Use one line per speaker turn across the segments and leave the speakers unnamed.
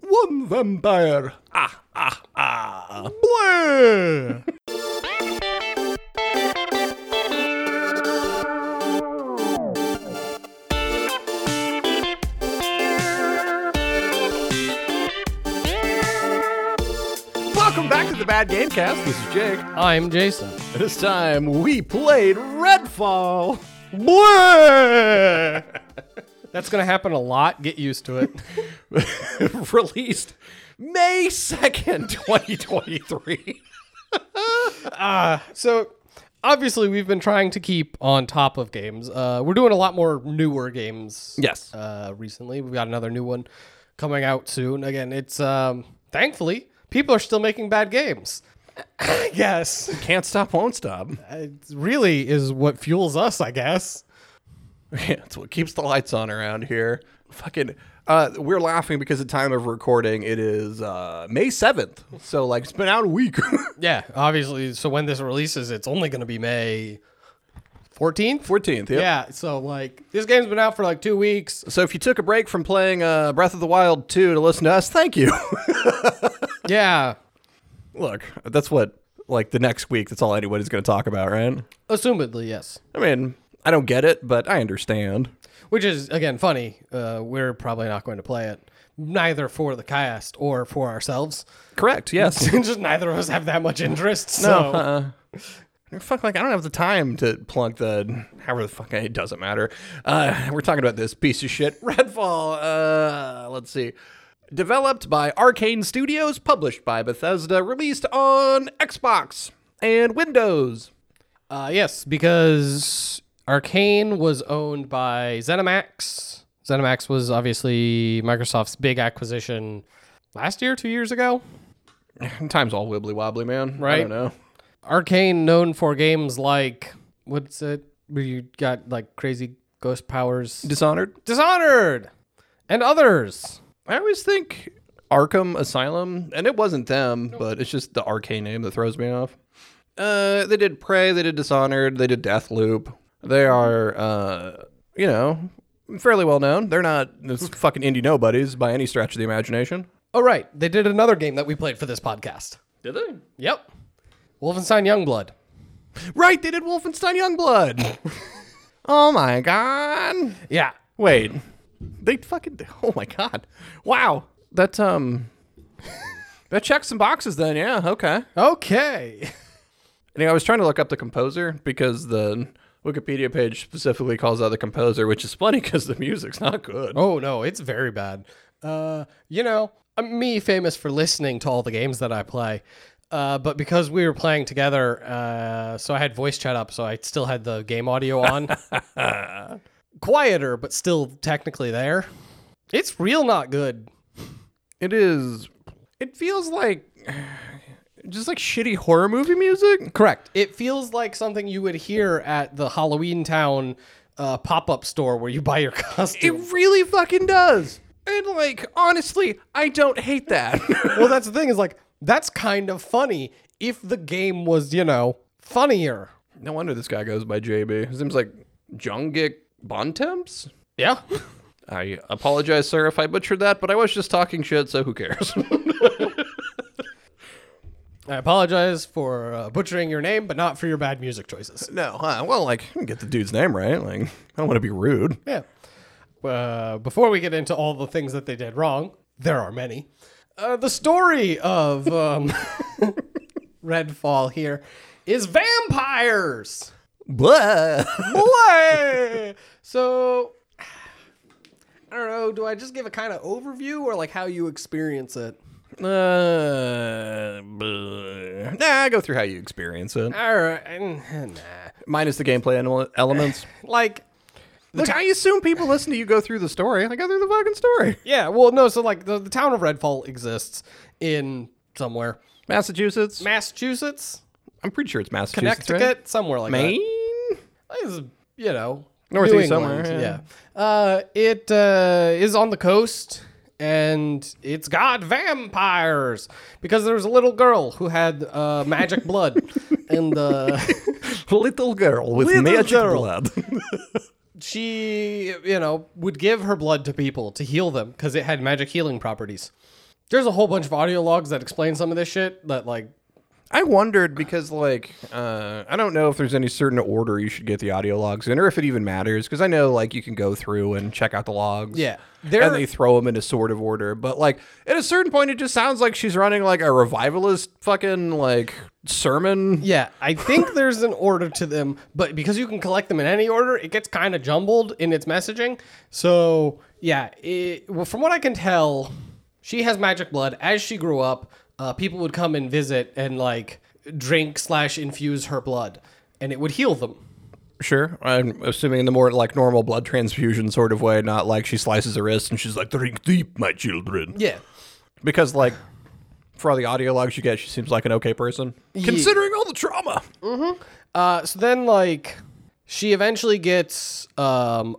one vampire. Ah, ah, ah.
Bleh.
Welcome back to the Bad Gamecast. This is Jake.
I'm Jason.
This time we played Redfall.
Bleh. That's going to happen a lot. Get used to it.
Released May 2nd, 2023.
So, obviously, we've been trying to keep on top of games. Uh, we're doing a lot more newer games.
Yes.
Uh, recently, we've got another new one coming out soon. Again, it's um, thankfully people are still making bad games. I guess
Can't stop, won't stop.
it really is what fuels us. I guess.
Yeah, it's what keeps the lights on around here. Fucking, uh, we're laughing because the time of recording it is uh, May seventh, so like it's been out a week.
Yeah, obviously. So when this releases, it's only going to be May fourteenth.
Fourteenth,
Yeah. So like this game's been out for like two weeks.
So if you took a break from playing uh, Breath of the Wild two to listen to us, thank you.
Yeah.
Look, that's what like the next week. That's all anybody's going to talk about, right?
Assumedly, yes.
I mean, I don't get it, but I understand.
Which is again funny. Uh, we're probably not going to play it, neither for the cast or for ourselves.
Correct. Yes.
Just neither of us have that much interest. So
No. uh-uh. Fuck, like, I don't have the time to plunk the. However, the fuck, it doesn't matter. Uh, we're talking about this piece of shit. Redfall, uh, let's see. Developed by Arcane Studios, published by Bethesda, released on Xbox and Windows.
uh, yes, because Arcane was owned by ZeniMax. ZeniMax was obviously Microsoft's big acquisition last year, two years ago.
Time's all wibbly wobbly, man. I
Right.
don't know.
Arcane, known for games like what's it? Where you got like crazy ghost powers,
Dishonored?
Dishonored, and others.
I always think Arkham Asylum, and it wasn't them, but it's just the arcane name that throws me off. Uh, they did Prey, they did Dishonored, they did Deathloop. They are, uh, you know, fairly well known. They're not this fucking indie nobodies by any stretch of the imagination.
Oh, right. They did another game that we played for this podcast.
Did they?
Yep. Wolfenstein Youngblood.
Right, they did Wolfenstein Youngblood. oh my god.
Yeah.
Wait, they fucking. Oh my god. Wow, that um, that checks some boxes then. Yeah, okay.
Okay.
Anyway, I was trying to look up the composer because the Wikipedia page specifically calls out the composer, which is funny because the music's not good.
Oh, no. It's very bad. Uh, you know, I'm me famous for listening to all the games that I play. Uh, but because we were playing together, uh, so I had voice chat up, so I still had the game audio on. Quieter, but still technically there. It's real not good.
It is. It feels like just like shitty horror movie music.
Correct. It feels like something you would hear at the Halloween Town uh, pop up store where you buy your
It
costume.
really fucking does. And like honestly, I don't hate that.
well, that's the thing is like that's kind of funny if the game was you know funnier.
no wonder this guy goes by JB. His name's like Jungik Bontemps.
Yeah.
I apologize, sir, if I butchered that, but I was just talking shit, so who cares?
I apologize for uh, butchering your name, but not for your bad music choices.
no, huh? Well, like, get the dude's name right. Like, I don't want to be rude.
Yeah. Uh, before we get into all the things that they did wrong, there are many. Uh, the story of um, Redfall here is vampires.
Blah.
Blay! so I don't know. Do I just give a kind of overview or like how you experience it?
Uh, bleh. nah, go through how you experience it,
All right, nah.
minus the gameplay ele- elements.
Like,
Look, I assume people listen to you go through the story. I go through the fucking story.
yeah. Well, no. So like, the, the town of Redfall exists in somewhere,
Massachusetts.
Massachusetts,
I'm pretty sure it's Massachusetts.
Connecticut,
Right?
somewhere like
Maine.
that. It's, you know,
Northeast
New England,
somewhere, yeah.
Yeah. Uh, it uh, is on the coast. And it's got vampires because there was a little girl who had uh, magic blood, and uh,
Little girl with
Little
magic
girl.
blood.
she, you know, would give her blood to people to heal them because it had magic healing properties. There's a whole bunch of audio logs that explain some of this shit that like
I wondered because, like, uh, I don't know if there's any certain order you should get the audio logs in, or if it even matters. Because I know, like, you can go through and check out the logs.
Yeah. There-
and they throw them into sort of order. But like, at a certain point, it just sounds like she's running like a revivalist fucking like sermon.
Yeah, I think there's an order to them, but because you can collect them in any order, it gets kind of jumbled in its messaging. So, yeah, it, well, from what I can tell, she has magic blood. As she grew up, uh, people would come and visit and like drink slash infuse her blood, and it would heal them.
Sure, I'm assuming in the more like normal blood transfusion sort of way, not like she slices her wrist and she's like, "Drink deep, my children."
Yeah,
Because like, for all the audio logs you get, she seems like an okay person, considering all the trauma.
Uh, so then, like, she eventually gets um,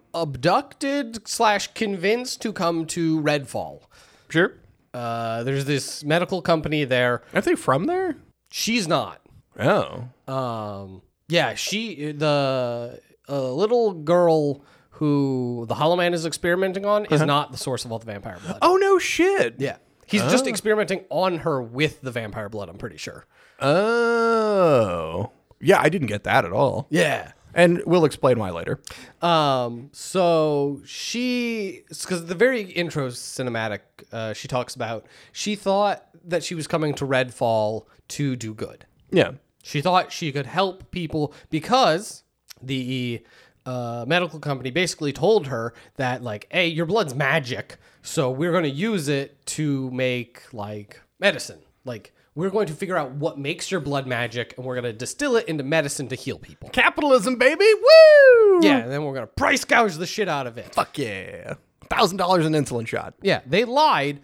abducted slash convinced to come to Redfall.
Sure,
Uh, there's this medical company there.
aren't they from there?
She's not.
Oh,
Um, yeah, she the uh, little girl who the Hollow Man is experimenting on is not the source of all the vampire blood.
Uh-huh. oh no, shit.
Yeah, he's just experimenting on her with the vampire blood. I'm pretty sure.
Oh, yeah, I didn't get that at all.
Yeah.
And we'll explain why later.
Um, so she, because the very intro cinematic, uh, she talks about she thought that she was coming to Redfall to do good.
Yeah.
She thought she could help people because the uh, medical company basically told her that, like, hey, your blood's magic, so we're going to use it to make like medicine. Like, we're going to figure out what makes your blood magic, and we're going to distill it into medicine to heal people.
Capitalism, baby. Woo!
Yeah, and then we're going to price gouge the shit out of it.
Fuck yeah. Thousand dollars an insulin shot.
Yeah, they lied.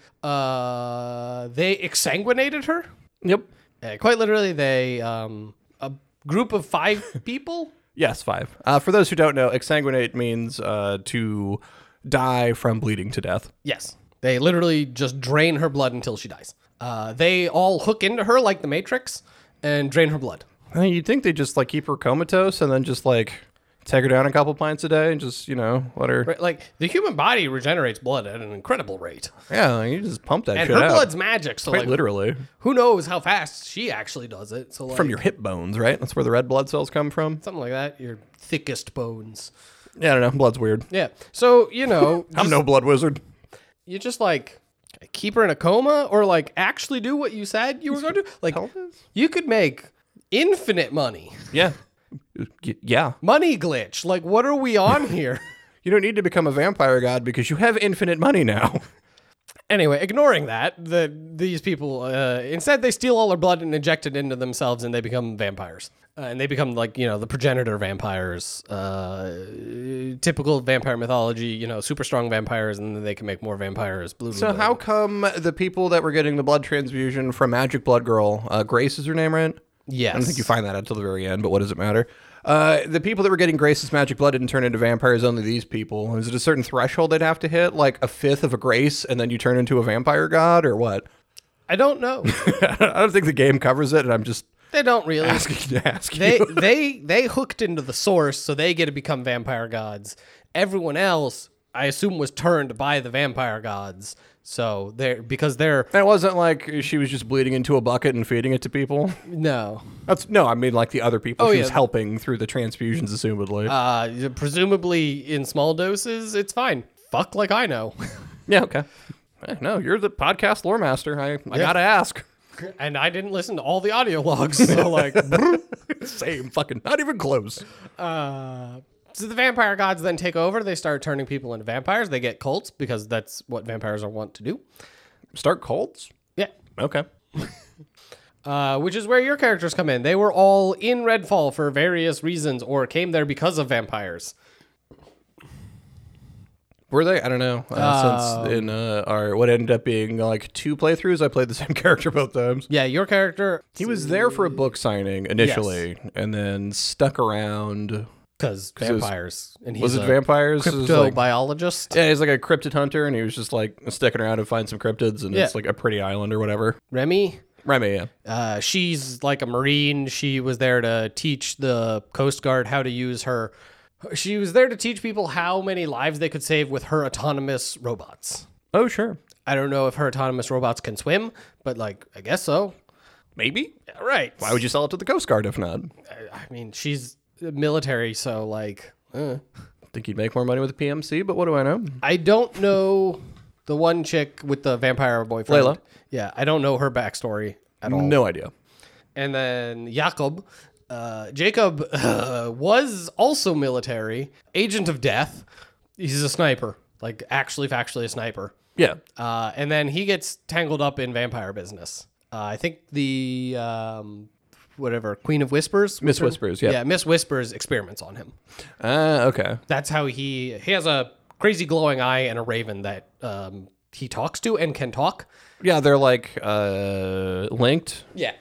Uh, they exsanguinated her.
Yep.
Yeah, quite literally, they um, a group of five people.
Yes, five. Uh, for those who don't know, exsanguinate means uh, to die from bleeding to death.
Yes, they literally just drain her blood until she dies. Uh, they all hook into her like the Matrix and drain her blood.
I mean, you'd think they just like keep her comatose and then just like take her down a couple pints a day and just you know let her.
Right, Like the human body regenerates blood at an incredible rate,
Yeah, like, you just pump that
and
shit
her
out.
blood's magic. So
Quite
like,
literally
who knows how fast she actually does it? So like,
from your hip bones, right? That's where the red blood cells come from.
something like that, your thickest bones.
Yeah, I don't know. Blood's weird.
Yeah. So you know,
I'm no blood wizard.
you just like keep her in a coma or like actually do what you said you were going to do like you could make infinite money
Yeah. Y- yeah.
money glitch like what are we on here
You don't need to become a vampire god because you have infinite money now.
anyway ignoring that the these people uh, instead they steal all her blood and inject it into themselves and they become vampires uh, and they become like you know the progenitor vampires uh, typical vampire mythology you know super strong vampires and then they can make more vampires blue
So how come the people that were getting the blood transfusion from Magic Blood Girl, uh, Grace is her name, right?
yes
I don't think you find that until the very end, but what does it matter? Uh, the people that were getting Grace's magic blood didn't turn into vampires, only these people. Is it a certain threshold they'd have to hit, like a fifth of a Grace, and then you turn into a vampire god, or what?
i don't know
I don't think the game covers it, and I'm just
they don't really
asking to ask
they
you.
they they hooked into the source, so they get to become vampire gods. Everyone else, I assume, was turned by the vampire gods. So they're because they're
And it wasn't like she was just bleeding into a bucket and feeding it to people.
no,
That's no, I mean like the other people she
Oh, yeah.
was helping through the transfusions, assumedly.
uh, presumably in small doses, it's fine. Fuck like I know,
yeah, okay. Eh, No, you're the podcast lore master. I, I gotta ask.
and I didn't listen to all the audio logs. So like,
Same fucking, not even close.
uh, so the vampire gods then take over. They start turning people into vampires. They get cults because that's what vampires are wont to do.
Start cults?
Yeah.
Okay.
uh, which is where your characters come in. They were all in Redfall for various reasons or came there because of vampires.
Were they? I don't know. Uh, since in uh, our what ended up being like two playthroughs, I played the same character both times.
Yeah, your character,
He was there for a book signing initially, and then stuck around.
because
it was-
vampires, and he's
Was it
a
vampires? It was like-
cryptobiologist.
yeah, he's like a cryptid hunter, and he was just like sticking around to find some cryptids, and it's
Yeah.
like a pretty island or whatever.
Remy,
Remy, yeah.
uh, she's like a marine. She was there to teach the Coast Guard how to use her. She was there to teach people how many lives they could save with her autonomous robots.
Oh, sure.
I don't know if her autonomous robots can swim, but like I guess so.
Maybe.
Yeah, right.
Why would you sell it to the Coast Guard if not?
I mean, she's military, so like uh.
Think you'd make more money with a PMC, but what do I know?
I don't know the one chick with the vampire boyfriend.
Layla.
Yeah, I don't know her backstory at all.
No idea.
And then Jacob. Uh, Jacob uh, was also military, agent of death. He's a sniper, like actually, factually a sniper.
Yeah.
Uh, and then he gets tangled up in vampire business. Uh, I think the um, whatever Queen of Whispers,
Miss Whispers, yeah.
yeah, Miss Whispers experiments on him.
Ah, okay.
That's how he he has a crazy glowing eye and a raven that um, he talks to and can talk.
Yeah, they're like uh linked.
Yeah,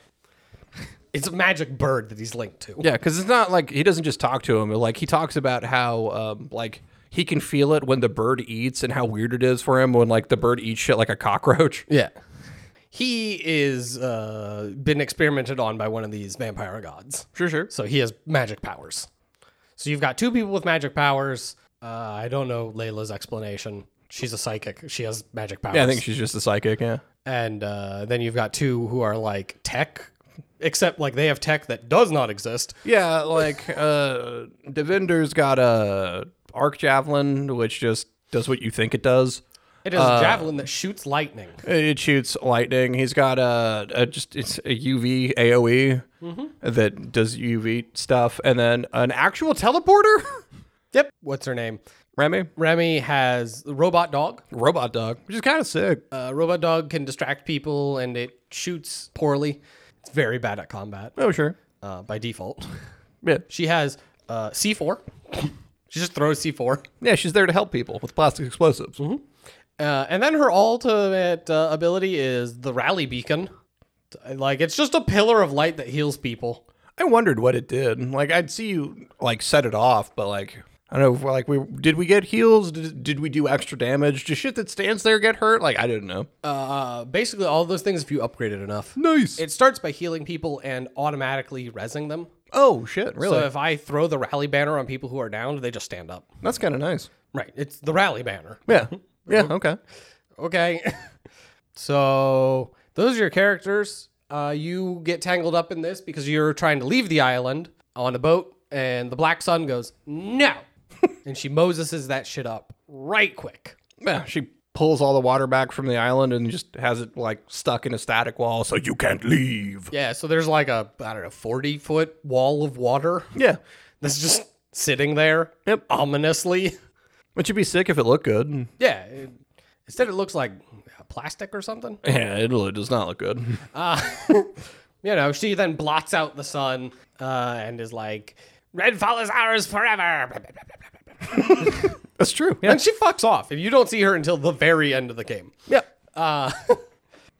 it's a magic bird that he's linked to.
Yeah, because it's not like he doesn't just talk to him. Like he talks about how um like he can feel it when the bird eats and how weird it is for him when like the bird eats shit like a cockroach.
Yeah. He is uh, been experimented on by one of these vampire gods.
Sure, sure.
So he has magic powers. So you've got two people with magic powers. Uh, I don't know Layla's explanation. She's a psychic. She has magic powers.
Yeah, I think she's just a psychic. Yeah.
and uh, then you've got two who are like tech, except like they have tech that does not exist.
Yeah, like uh Devinder's got a arc javelin, which just does what you think it does.
It is a javelin that shoots lightning.
It shoots lightning. He's got a, a just it's a UV AOE that does UV stuff, and then an actual teleporter.
Yep. What's her name?
Remy,
Remy has a robot dog.
robot dog, which is kind of sick.
Uh, robot dog can distract people, and it shoots poorly. It's very bad at combat
Oh sure,
uh, by default.
yeah,
She has uh, C4. she just throws C4.
yeah. She's there to help people with plastic explosives.
Uh, and then her ultimate uh, ability is the rally beacon. Like it's just a pillar of light that heals people.
I wondered what it did. Like I'd see you like set it off, but like I don't know. if, Like we did we get heals? Did, did we do extra damage? Does shit that stands there get hurt? Like I didn't know.
Uh, basically, all those things if you upgrade it enough.
nice.
It starts by healing people and automatically resing them.
oh shit! Really?
So if I throw the rally banner on people who are down, they just stand up.
That's kind of nice.
Right. It's the rally banner.
Yeah. Yeah. Okay.
Okay. so those are your characters. Uh, you get tangled up in this because you're trying to leave the island on a boat, and the Black Sun goes, no. and she Moseses that shit up right quick.
Yeah, she pulls all the water back from the island and just has it like stuck in a static wall, so you can't leave.
Yeah, so there's like a, I don't know, 40 foot wall of water
Yeah,
that's just sitting there
Yep.
ominously.
which would be sick if it looked good.
Yeah. it- instead, it looks like uh, plastic or something.
Yeah, it really does not look good.
You know, she then blots out the sun uh, and is like, Redfall is ours forever. blah, blah, blah, blah, blah, blah.
That's true. Yeah.
And she fucks off, and you don't see her until the very end of the game.
yeah.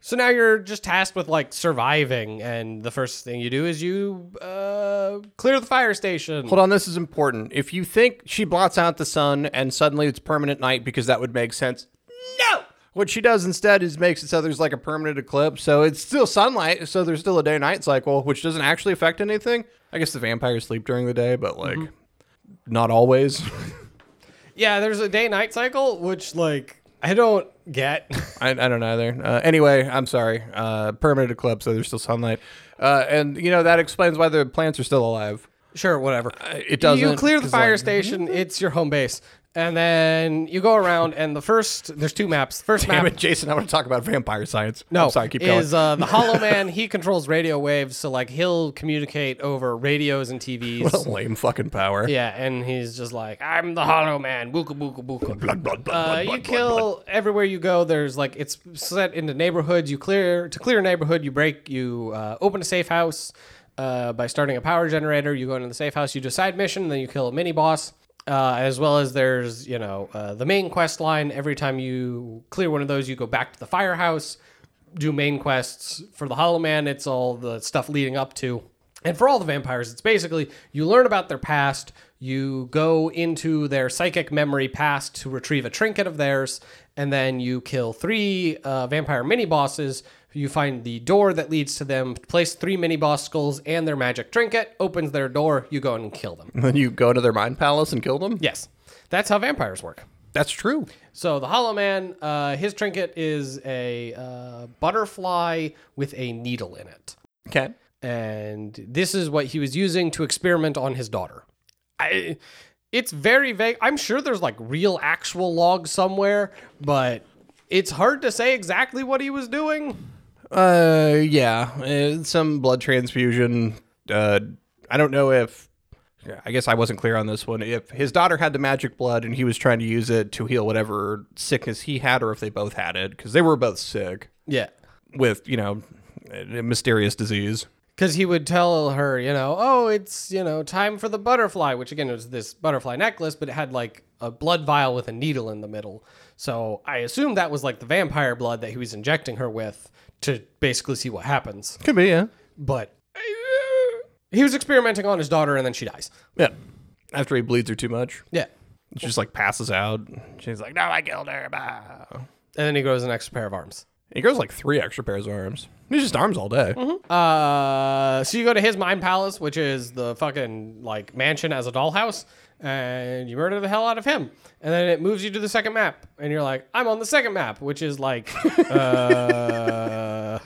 So now you're just tasked with like surviving, and the first thing you do is you uh, clear the fire station.
Hold on, this is important. If you think she blots out the sun and suddenly it's permanent night because that would make sense, no! What she does instead is makes it so there's like a permanent eclipse, so it's still sunlight, so there's still a day night cycle, which doesn't actually affect anything. I guess the vampires sleep during the day, but like not always.
Yeah, there's a day night cycle, which like I don't get.
I, I don't know either. Uh, anyway, I'm sorry. Uh, permanent eclipse, so there's still sunlight. Uh, and, you know, that explains why the plants are still alive.
sure, whatever.
It doesn't.
You clear the
'cause,
fire
like,
station. It's your home base, and then you go around. And the first, there's two maps. First
Damn
map
it, Jason, I want to talk about vampire science.
no,
I'm sorry, keep going.
is uh, the Hollow Man. He controls radio waves, so like he'll communicate over radios and TVs.
Lame fucking power.
yeah, and he's just like, I'm the Hollow Man. Booka booka booka.
Blood, blood, blood,
Uh,
blood,
you
blood,
kill
blood,
everywhere you go. There's like it's set into neighborhoods. You clear to clear a neighborhood. You break. You uh, open a safe house uh, by starting a power generator. You go into the safe house. You do a side mission. Then you kill a mini boss. Uh, as well as there's you know uh, the main quest line. Every time you clear one of those, you go back to the firehouse, do main quests for the Hollow Man. It's all the stuff leading up to. And for all the vampires, it's basically you learn about their past, you go into their psychic memory past to retrieve a trinket of theirs, and then you kill three uh, vampire mini bosses. You find the door that leads to them, place three mini boss skulls and their magic trinket, opens their door, you go in and kill them.
blood. Then you go to their mind palace and kill them?
Yes, that's how vampires work.
That's true.
So the Hollow Man, uh, his trinket is a uh, butterfly with a needle in it,
Okay.
and this is what he was using to experiment on his daughter. I, it's very vague. I'm sure there's like real actual logs somewhere, but it's hard to say exactly what he was doing.
Uh, yeah, uh, some blood transfusion. Uh, I don't know if. yeah, I guess I wasn't clear on this one. If his daughter had the magic blood and he was trying to use it to heal whatever sickness he had, or if they both had it, because they were both sick
Yeah.
with you know a mysterious disease.
Because he would tell her, you know, oh, it's, you know, time for the butterfly, which again was this butterfly necklace, but it had like a blood vial with a needle in the middle. So I assume that was like the vampire blood that he was injecting her with to basically see what happens.
Could be, yeah,
But he was experimenting on his daughter and then she dies.
yeah. After he bleeds her too much,
Yeah.
she just like passes out. She's like, "No, I killed her." Bah.
And then he grows an extra pair of arms.
He grows like three extra pairs of arms. He's just arms all day.
Uh, so you go to his mind palace, which is the fucking like mansion as a dollhouse, and you murder the hell out of him. And then it moves you to the second map, and you're like, I'm on the second map, which is like uh,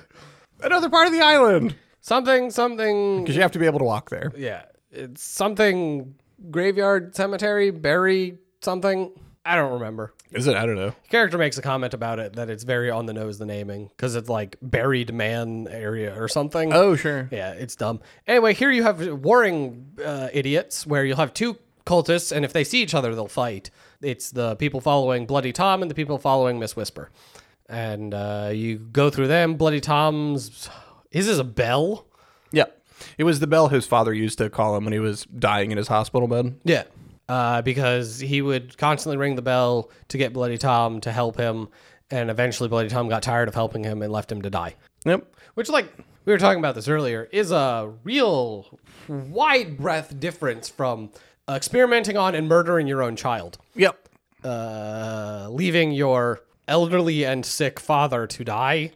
Another part of the island
something, something.
because you have to be able to walk there.
Yeah, it's something graveyard, cemetery, bury something. I don't remember.
Is it? I don't know.
Character makes a comment about it that it's very on the nose the naming because it's like buried man area or something.
Oh, sure.
Yeah, it's dumb. Anyway, here you have warring uh, idiots where you'll have two cultists, and if they see each other, they'll fight. It's the people following Bloody Tom and the people following Miss Whisper. And uh, you go through them. Bloody Tom's. His is a bell?
Yeah. It was the bell his father used to call him when he was dying in his hospital bed.
Yeah. Uh, because he would constantly ring the bell to get Bloody Tom to help him. And eventually, Bloody Tom got tired of helping him and left him to die.
Yep.
which like we were talking about this earlier is a real wide breadth difference from experimenting on and murdering your own child
Yep.
uh, leaving your elderly and sick father to die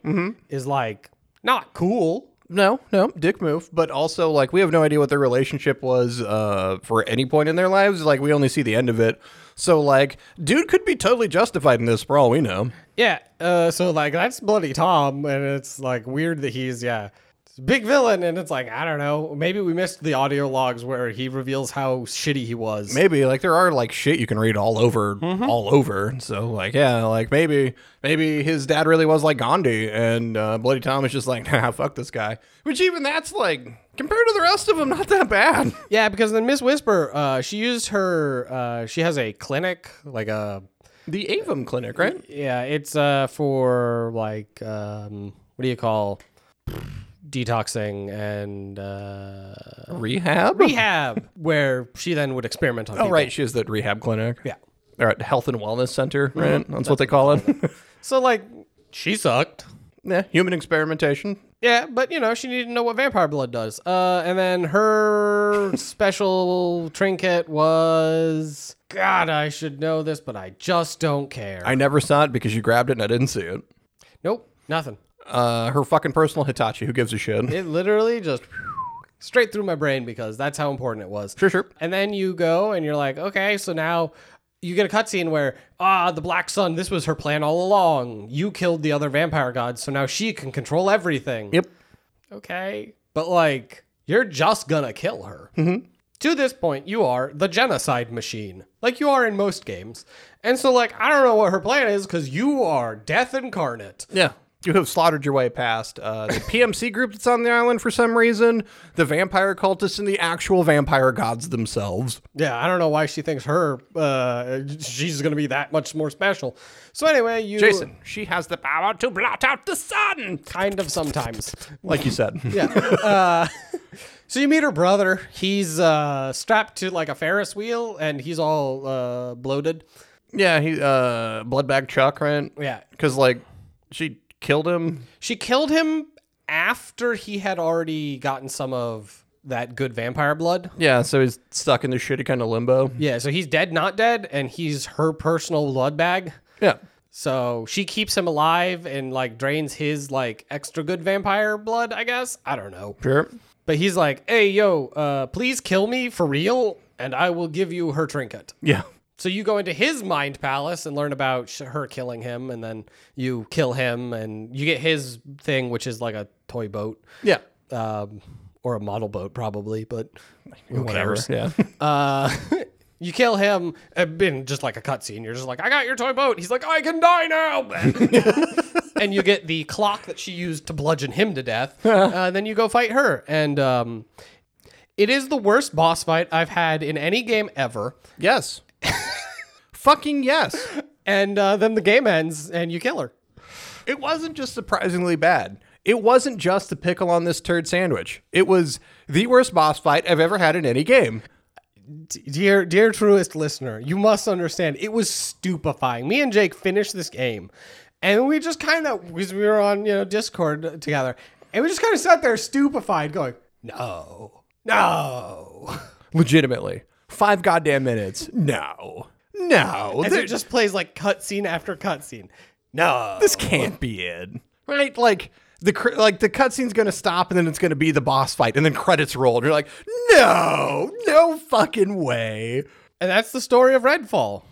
is like not cool
No, no, dick move. But also, like, we have no idea what their relationship was uh, for any point in their lives. Like, we only see the end of it. So, like, dude could be totally justified in this for all we know.
yeah uh, so like that's bloody tom and it's like weird that he's yeah it's a big villain and it's like i don't know maybe we missed the audio logs where he reveals how shitty he was
Maybe like there are like shit you can read all over, all over. So like yeah, like maybe maybe his dad really was like Gandhi, and uh, Bloody Tom is just like nah, fuck this guy. Which even that's like compared to the rest of them, not that bad.
Yeah, because then Miss Whisper, uh, she used her. Uh, she has a clinic, like a
The Avum Clinic, right?
yeah. It's uh, for like um, what do you call detoxing and uh,
Rehab.
rehab, where she then would experiment on.
Oh, right. She is that rehab clinic.
Yeah.
Or at Health and Wellness Center, right? Mm-hmm. That's what they call it.
So like, she sucked.
yeah, human experimentation.
Yeah, but you know, she needed to know what vampire blood does. Uh, and then her special trinket was. God, I should know this, but I just don't care.
I never saw it because you grabbed it and I didn't see it.
nope, nothing.
Uh, her fucking personal Hitachi. Who gives a shit?
It literally just straight through my brain because that's how important it was.
Sure, sure.
And then you go and you're like, okay, so now you get a cutscene where, ah, the Black Sun, this was her plan all along. You killed the other vampire god, so now she can control everything.
Yep.
Okay. But like, you're just gonna kill her.
Mm-hmm.
To this point, you are the genocide machine, like you are in most games. And so, like, I don't know what her plan is because you are death incarnate.
Yeah. You have slaughtered your way past uh, the PMC group that's on the island for some reason, the vampire cultists, and the actual vampire gods themselves.
Yeah, I don't know why she thinks her uh, she's gonna be that much more special. So anyway, you
Jason, she has the power to blot out the sun,
kind of sometimes.
like you said.
Yeah. uh, so you meet her brother. He's uh, strapped to like a Ferris wheel, and he's all uh, bloated.
Yeah, he uh bloodbag Chuck, right?
Yeah,
Cause like she killed him.
she killed him after he had already gotten some of that good vampire blood.
Yeah, so he's stuck in this shitty kind of limbo.
Yeah, so he's dead, not dead, and he's her personal blood bag.
Yeah.
So she keeps him alive and like drains his like extra good vampire blood, I guess. I don't know.
Sure.
But he's like, hey, yo, uh, please kill me for real, and I will give you her trinket.
Yeah.
So you go into his mind palace and learn about sh- her killing him, and then you kill him, and you get his thing, which is like a toy boat,
Yeah.
um, or a model boat probably, but
Whatever.
whatever.
Yeah.
Uh, you kill him, and in just like a cutscene, you're just like, "I got your toy boat." He's like, "I can die now," and you get the clock that she used to bludgeon him to death. Uh, and then you go fight her, and um, it is the worst boss fight I've had in any game ever.
yes. Fucking yes.
And uh, then the game ends, and you kill her.
It wasn't just surprisingly bad. It wasn't just the pickle on this turd sandwich. It was the worst boss fight I've ever had in any game.
dear dear truest listener you must understand it was stupefying me and jake finished this game and we just kind of because we were on you know discord together and we just kind of sat there stupefied going no no
Legitimately. Five goddamn minutes. No. No.
and
Th-
it just plays like cutscene after cutscene no
this can't be it. Right? Like the cr- like the cutscene's gonna stop and then it's gonna be the boss fight and then credits roll and you're like, no, no fucking way.
and that's the story of redfall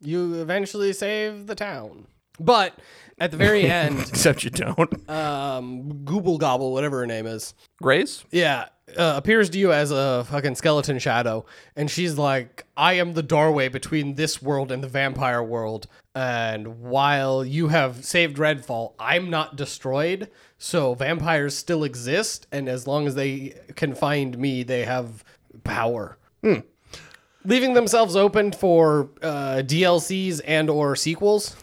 you eventually save the town but at the very end
Except you don't.
um google gobble whatever her name is
Grace?
Yeah, uh, appears to you as a fucking skeleton shadow, and she's like, "I am the doorway between this world and the vampire world, and while you have saved Redfall, I'm not destroyed. So vampires still exist, and as long as they can find me, they have power." Hmm. Leaving themselves open for uh, DLCs and or sequels.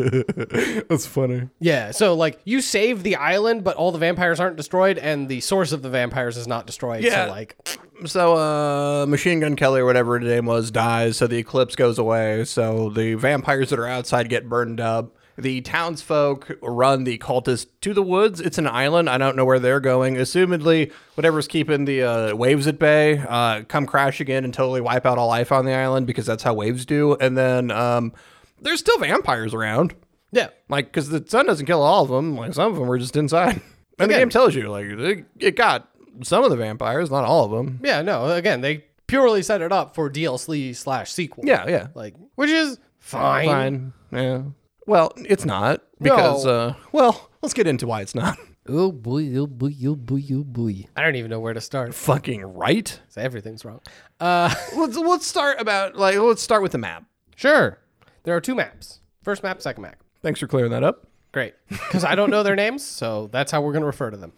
That's funny.
Yeah, so like you save the island, but all the vampires aren't destroyed, and the source of the vampires is not destroyed.
Yeah.
So like,
So, uh, Machine Gun Kelly or whatever his name was dies, so the eclipse goes away, so the vampires that are outside get burned up. The townsfolk run the cultists to the woods. It's an island. I don't know where they're going. Assumedly, whatever's keeping the uh, waves at bay uh, come crash again and totally wipe out all life on the island because that's how waves do. And then um, there's still vampires around.
yeah,
Like, because the sun doesn't kill all of them. Like, some of them were just inside. And the
Again.
game tells you, like, it, it got some of the vampires, not all of them.
yeah, no. Again, they purely set it up for DLC slash sequel.
Yeah, yeah.
like which is fine.
Fine. Yeah. Well, it's not because
No.
uh well, let's get into why it's not.
Oh boy, oh boy, oh boy, oh boy. I don't even know where to start.
Fucking right.
So everything's wrong. Uh,
Let's let's start about like let's start with the map.
sure. There are two maps. First map, second map.
Thanks for clearing that up.
Great. Because I don't know their names, so that's how we're going to refer to them.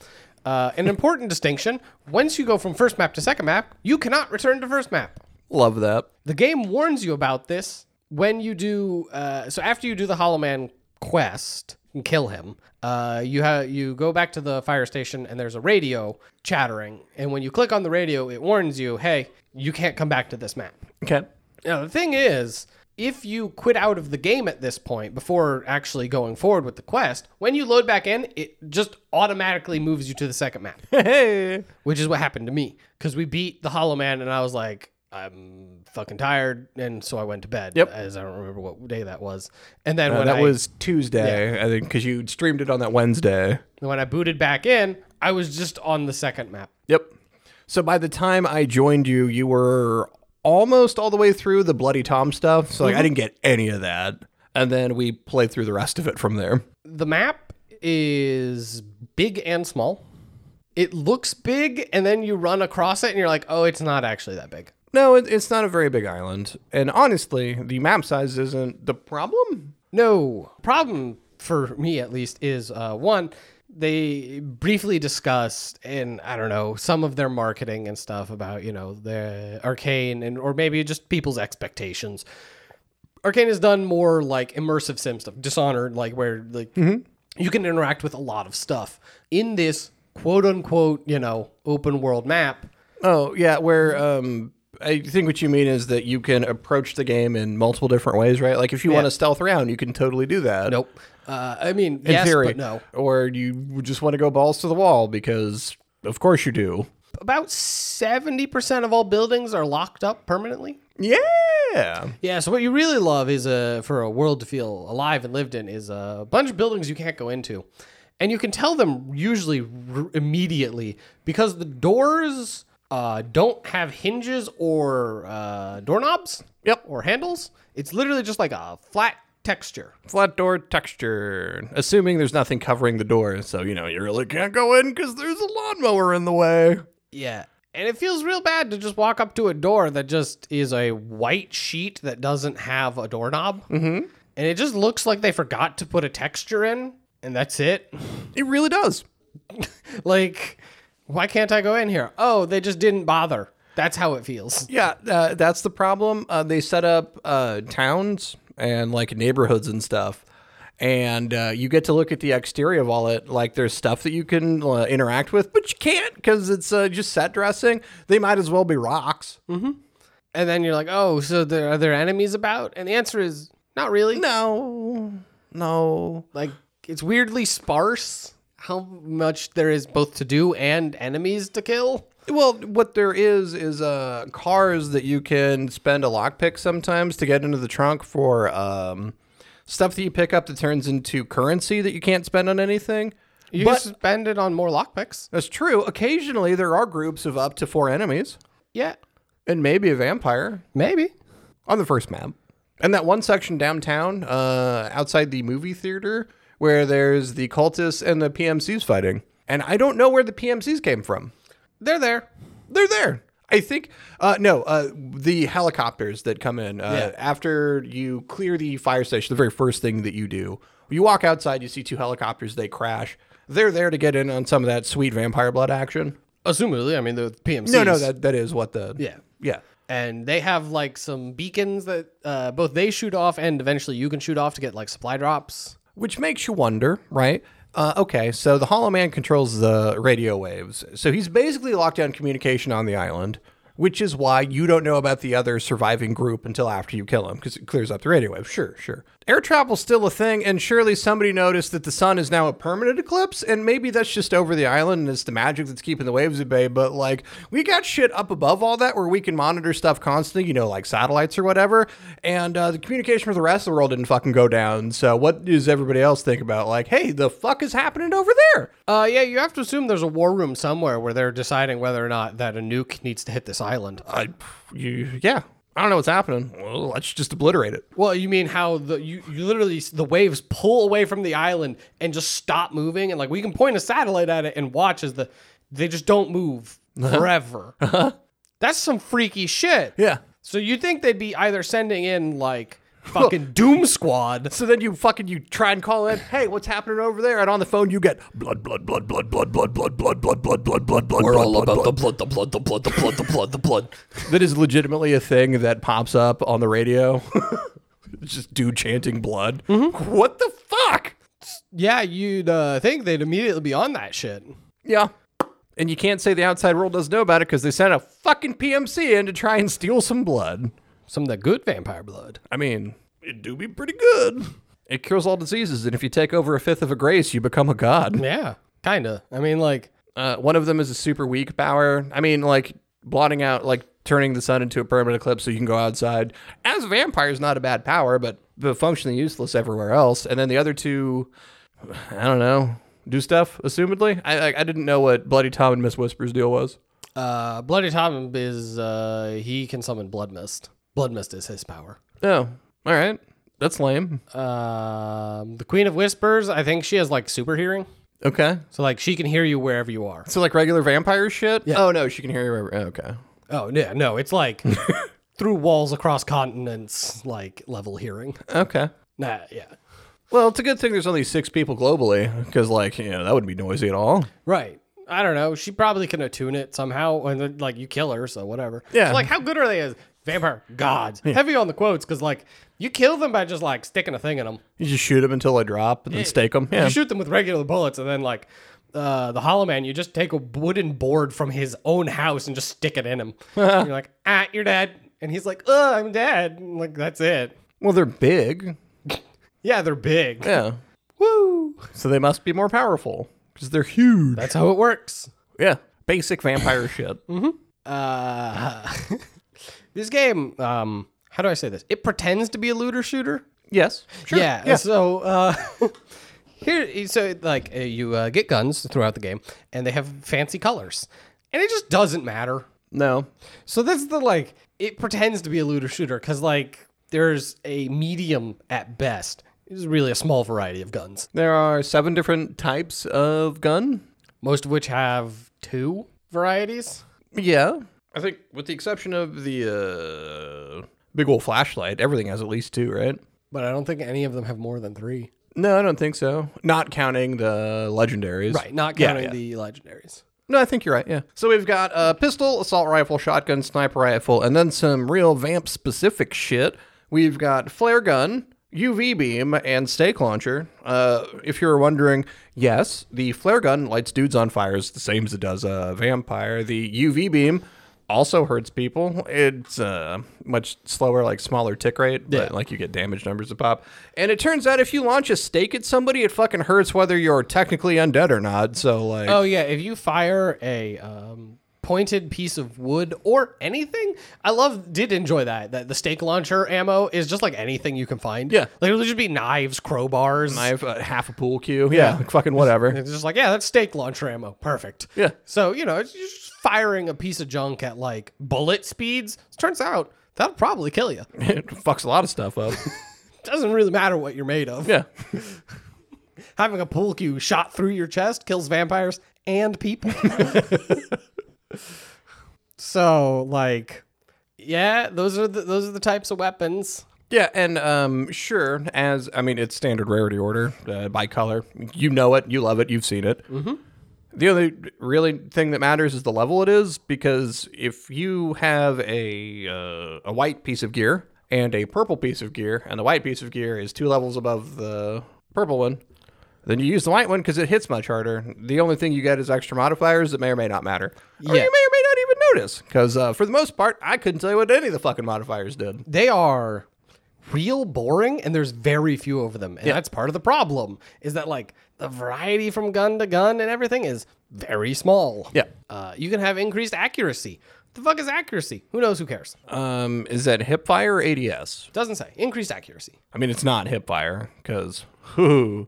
Uh, an important distinction once you go from first map to second map, you cannot return to first map.
Love that.
The game warns you about this when you do. Uh, so after you do the Hollow Man quest and kill him, uh, you ha- you go back to the fire station and there's a radio chattering. And when you click on the radio, it warns you, "Hey, you can't come back to this map."
Okay.
Now, the thing is, if you quit out of the game at this point before actually going forward with the quest, when you load back in, it just automatically moves you to the second map,
Hey.
which is what happened to me because we beat the Hollow Man, and I was like, I'm fucking tired, and so I went to bed.
Yep. Uh,
As I don't remember what day that was, and then when
that
I,
was Tuesday, I think, because you streamed it on that Wednesday.
when I booted back in, I was just on the second map.
Yep. So by the time I joined you, you were almost all the way through the Bloody Tom stuff. So like I didn't get any of that. And then we played through the rest of it from there.
The map is big and small. It looks big, and then you run across it, and you're like, oh, it's not actually that big.
No, it, it's not a very big island. And honestly, the map size isn't the problem.
No. Problem for me at least is uh, one, they briefly discussed in I don't know, some of their marketing and stuff about, you know, the arcane and or maybe just people's expectations. Arcane has done more like immersive sim stuff, Dishonored, like where like you can interact with a lot of stuff. In this quote unquote, you know, open world map,
Oh, yeah, where um I think what you mean is that you can approach the game in multiple different ways, right? Like if you want to stealth round, you can totally do that.
nope. Uh, I mean,
In
yes,
theory.
but no.
Or you just want to go balls to the wall because of course you do.
About 70% of all buildings are locked up permanently.
Yeah.
Yeah, so what you really love is uh, for a world to feel alive and lived in is a bunch of buildings you can't go into. And you can tell them usually r- immediately because the doors uh, don't have hinges or uh, doorknobs.
Yep.
Or handles. It's literally just like a flat texture.
Flat door texture. Assuming there's nothing covering the door, so you know you really can't go in because there's a lawnmower in the way.
Yeah. And it feels real bad to just walk up to a door that just is a white sheet that doesn't have a doorknob. Mm-hmm. And it just looks like they forgot to put a texture in, and that's it.
It really does.
like, why can't I go in here? Oh, they just didn't bother. That's how it feels.
Yeah, uh, that's the problem. Uh, they set up uh, towns and like neighborhoods and stuff, and uh, you get to look at the exterior of all it. Like there's stuff that you can uh, interact with, but you can't because it's uh, just set dressing. They might as well be rocks.
And then you're like, oh, so there, are there enemies about? And the answer is not really.
No, no.
Like, it's weirdly sparse how much there is both to do and enemies to kill.
Well, what there is is uh, cars that you can spend a lockpick sometimes to get into the trunk for um, stuff that you pick up that turns into currency that you can't spend on anything.
You
But-
can spend it on more lockpicks.
That's true. Occasionally, there are groups of up to four enemies
Yeah.
and maybe a vampire
Maybe.
on the first map. And that one section downtown, uh, outside the movie theater, where there's the cultists and the PMCs fighting. And I don't know where the PMCs came from.
They're there.
They're there. I think, uh, no, uh, the helicopters that come in uh, after you clear the fire station, the very first thing that you do, you walk outside, you see two helicopters, they crash. They're there to get in on some of that sweet vampire blood action.
Assumably, I mean the PMCs.
No, no, that that is what the
yeah.
yeah.
And they have like some beacons that uh, both they shoot off and eventually you can shoot off to get like supply drops.
Which makes you wonder, right? Uh, okay, so the Hollow Man controls the radio waves, so he's basically locked down communication on the island, which is why you don't know about the other surviving group until after you kill him because it clears up the radio waves. Sure, sure. Air travel's still a thing, and surely somebody noticed that the sun is now a permanent eclipse, and maybe that's just over the island and it's the magic that's keeping the waves at bay. But like, we got shit up above all that where we can monitor stuff constantly, you know, like satellites or whatever. And uh, the communication with the rest of the world didn't fucking go down. So what does everybody else think about? Like, hey, the fuck is happening over there?
Uh, yeah, you have to assume there's a war room somewhere where they're deciding whether or not that a nuke needs to hit this island.
I, you, yeah, I don't know what's happening. Well, let's just obliterate it.
Well, you mean how the you, you literally the waves pull away from the island and just stop moving and like we can point a satellite at it and watch as the they just don't move forever. That's some freaky shit.
Yeah.
So you think they'd be either sending in like fucking Doom Squad?
So then you fucking you try and call in, hey, what's happening over there? And on the phone you get blood, blood, blood, blood, blood, blood, blood, blood, blood, blood, blood, blood, blood.
We're all about the blood, the blood, the blood, the blood, the blood, the blood.
That is legitimately a thing that pops up on the radio. It's Just dude chanting blood. What the fuck?
Yeah, you'd uh, think they'd immediately be on that shit.
Yeah. And you can't say the outside world doesn't know about it because they sent a fucking PMC in to try and steal some blood.
Some of that good vampire blood.
I mean, it do be pretty good. It cures all diseases, and if you take over a fifth of a grace, you become a god.
Yeah, kinda. I mean, like,
Uh, one of them is a super weak power. I mean, like blotting out, like turning the sun into a permanent eclipse so you can go outside. As a vampire is not a bad power, but but functionally useless everywhere else. And then the other two, I don't know, do stuff. Assumedly, I I, I didn't know what Bloody Tom and Miss Whisper's deal was.
uh, Bloody Tom is uh, he can summon blood mist. Blood mist is his power.
Oh, all right, that's lame.
Um, the Queen of Whispers, I think she has like super hearing,
Okay,
so like she can hear you wherever you are.
so like regular vampire shit. Oh no, she can hear you. wherever- oh, Okay.
Oh yeah, no, it's like through walls across continents, like level hearing.
Okay.
Nah, yeah,
Well, it's a good thing there's only six people globally, because like you know that wouldn't be noisy at all.
right. I don't know. She probably can attune it somehow, and then, like you kill her, so whatever.
Yeah.
So, like how good are they as vampire gods? Heavy on the quotes because like you kill them by just like sticking a thing in them.
You just shoot them until they drop and then stake them. Yeah.
You shoot them with regular bullets, and then like uh, the Hollow Man, you just take a wooden board from his own house and just stick it in him. And you're like, ah, you're dead, and he's like, oh, I'm dead. And, like that's it.
Well, they're big.
Yeah, they're big.
Yeah.
Woo!
So they must be more powerful because they're huge.
That's how it works.
yeah. Basic vampire shit.
Uh, this game, um, how do I say this? It pretends to be a looter shooter.
Yes. Sure.
Yeah. So uh, here, so like uh, you uh, get guns throughout the game, and they have fancy colors, and it just doesn't matter.
No.
So that's the like it pretends to be a looter shooter because like there's a medium at best. It's really a small variety of guns,
There are seven different types of gun.
most of which have two varieties.
Yeah. I think with the exception of the uh, big old flashlight, everything has at least two, right?
But I don't think any of them have more than three.
No, I don't think so. Not counting the legendaries.
Right, not
Yeah,
counting
yeah.
the legendaries.
No, I think you're right. Yeah. So we've got uh, pistol, assault rifle, shotgun, sniper rifle, and then some real vamp specific shit. We've got flare gun, UV beam, and stake launcher. Uh, if you're wondering, yes, the flare gun lights dudes on fire is the same as it does a vampire. The UV beam also hurts people. It's uh, much slower, like smaller tick rate, but
Yeah.
like you get damage numbers to pop. And it turns out if you launch a stake at somebody, it fucking hurts whether you're technically undead or not. So like.
Oh yeah, if you fire a um, pointed piece of wood or anything, I love did enjoy that that the stake launcher ammo is just like anything you can find.
Yeah.
like it'll just be knives, crowbars.
I have uh, half a pool cue. Yeah, like fucking whatever.
It's just like, yeah, that's stake launcher ammo. Perfect.
Yeah.
So, you know, it's just firing a piece of junk at like bullet speeds. Turns out that'll probably kill you. It
it fucks a lot of stuff up.
doesn't really matter what you're made of.
Yeah.
Having a pool cue shot through your chest kills vampires and people. so, like, yeah, those are the, those are the types of weapons.
Yeah, and um, sure, as I mean, it's standard rarity order uh, by color. You know it, you love it, you've seen it. Mm-hmm. The only really thing that matters is the level it is, because if you have a uh, a white piece of gear and a purple piece of gear, and the white piece of gear is two levels above the purple one, then you use the white one because it hits much harder. The only thing you get is extra modifiers that may or may not matter, or
Yeah.
you may or may not even notice. Because uh, for the most part, I couldn't tell you what any of the fucking modifiers did.
they are real boring and there's very few of them and that's part of the problem is that like the variety from gun to gun and everything is very small
Yeah.
uh, you can have increased accuracy the fuck is accuracy who knows who cares
Um, is that hipfire or ADS?
doesn't say increased accuracy
I mean, it's not hipfire because
you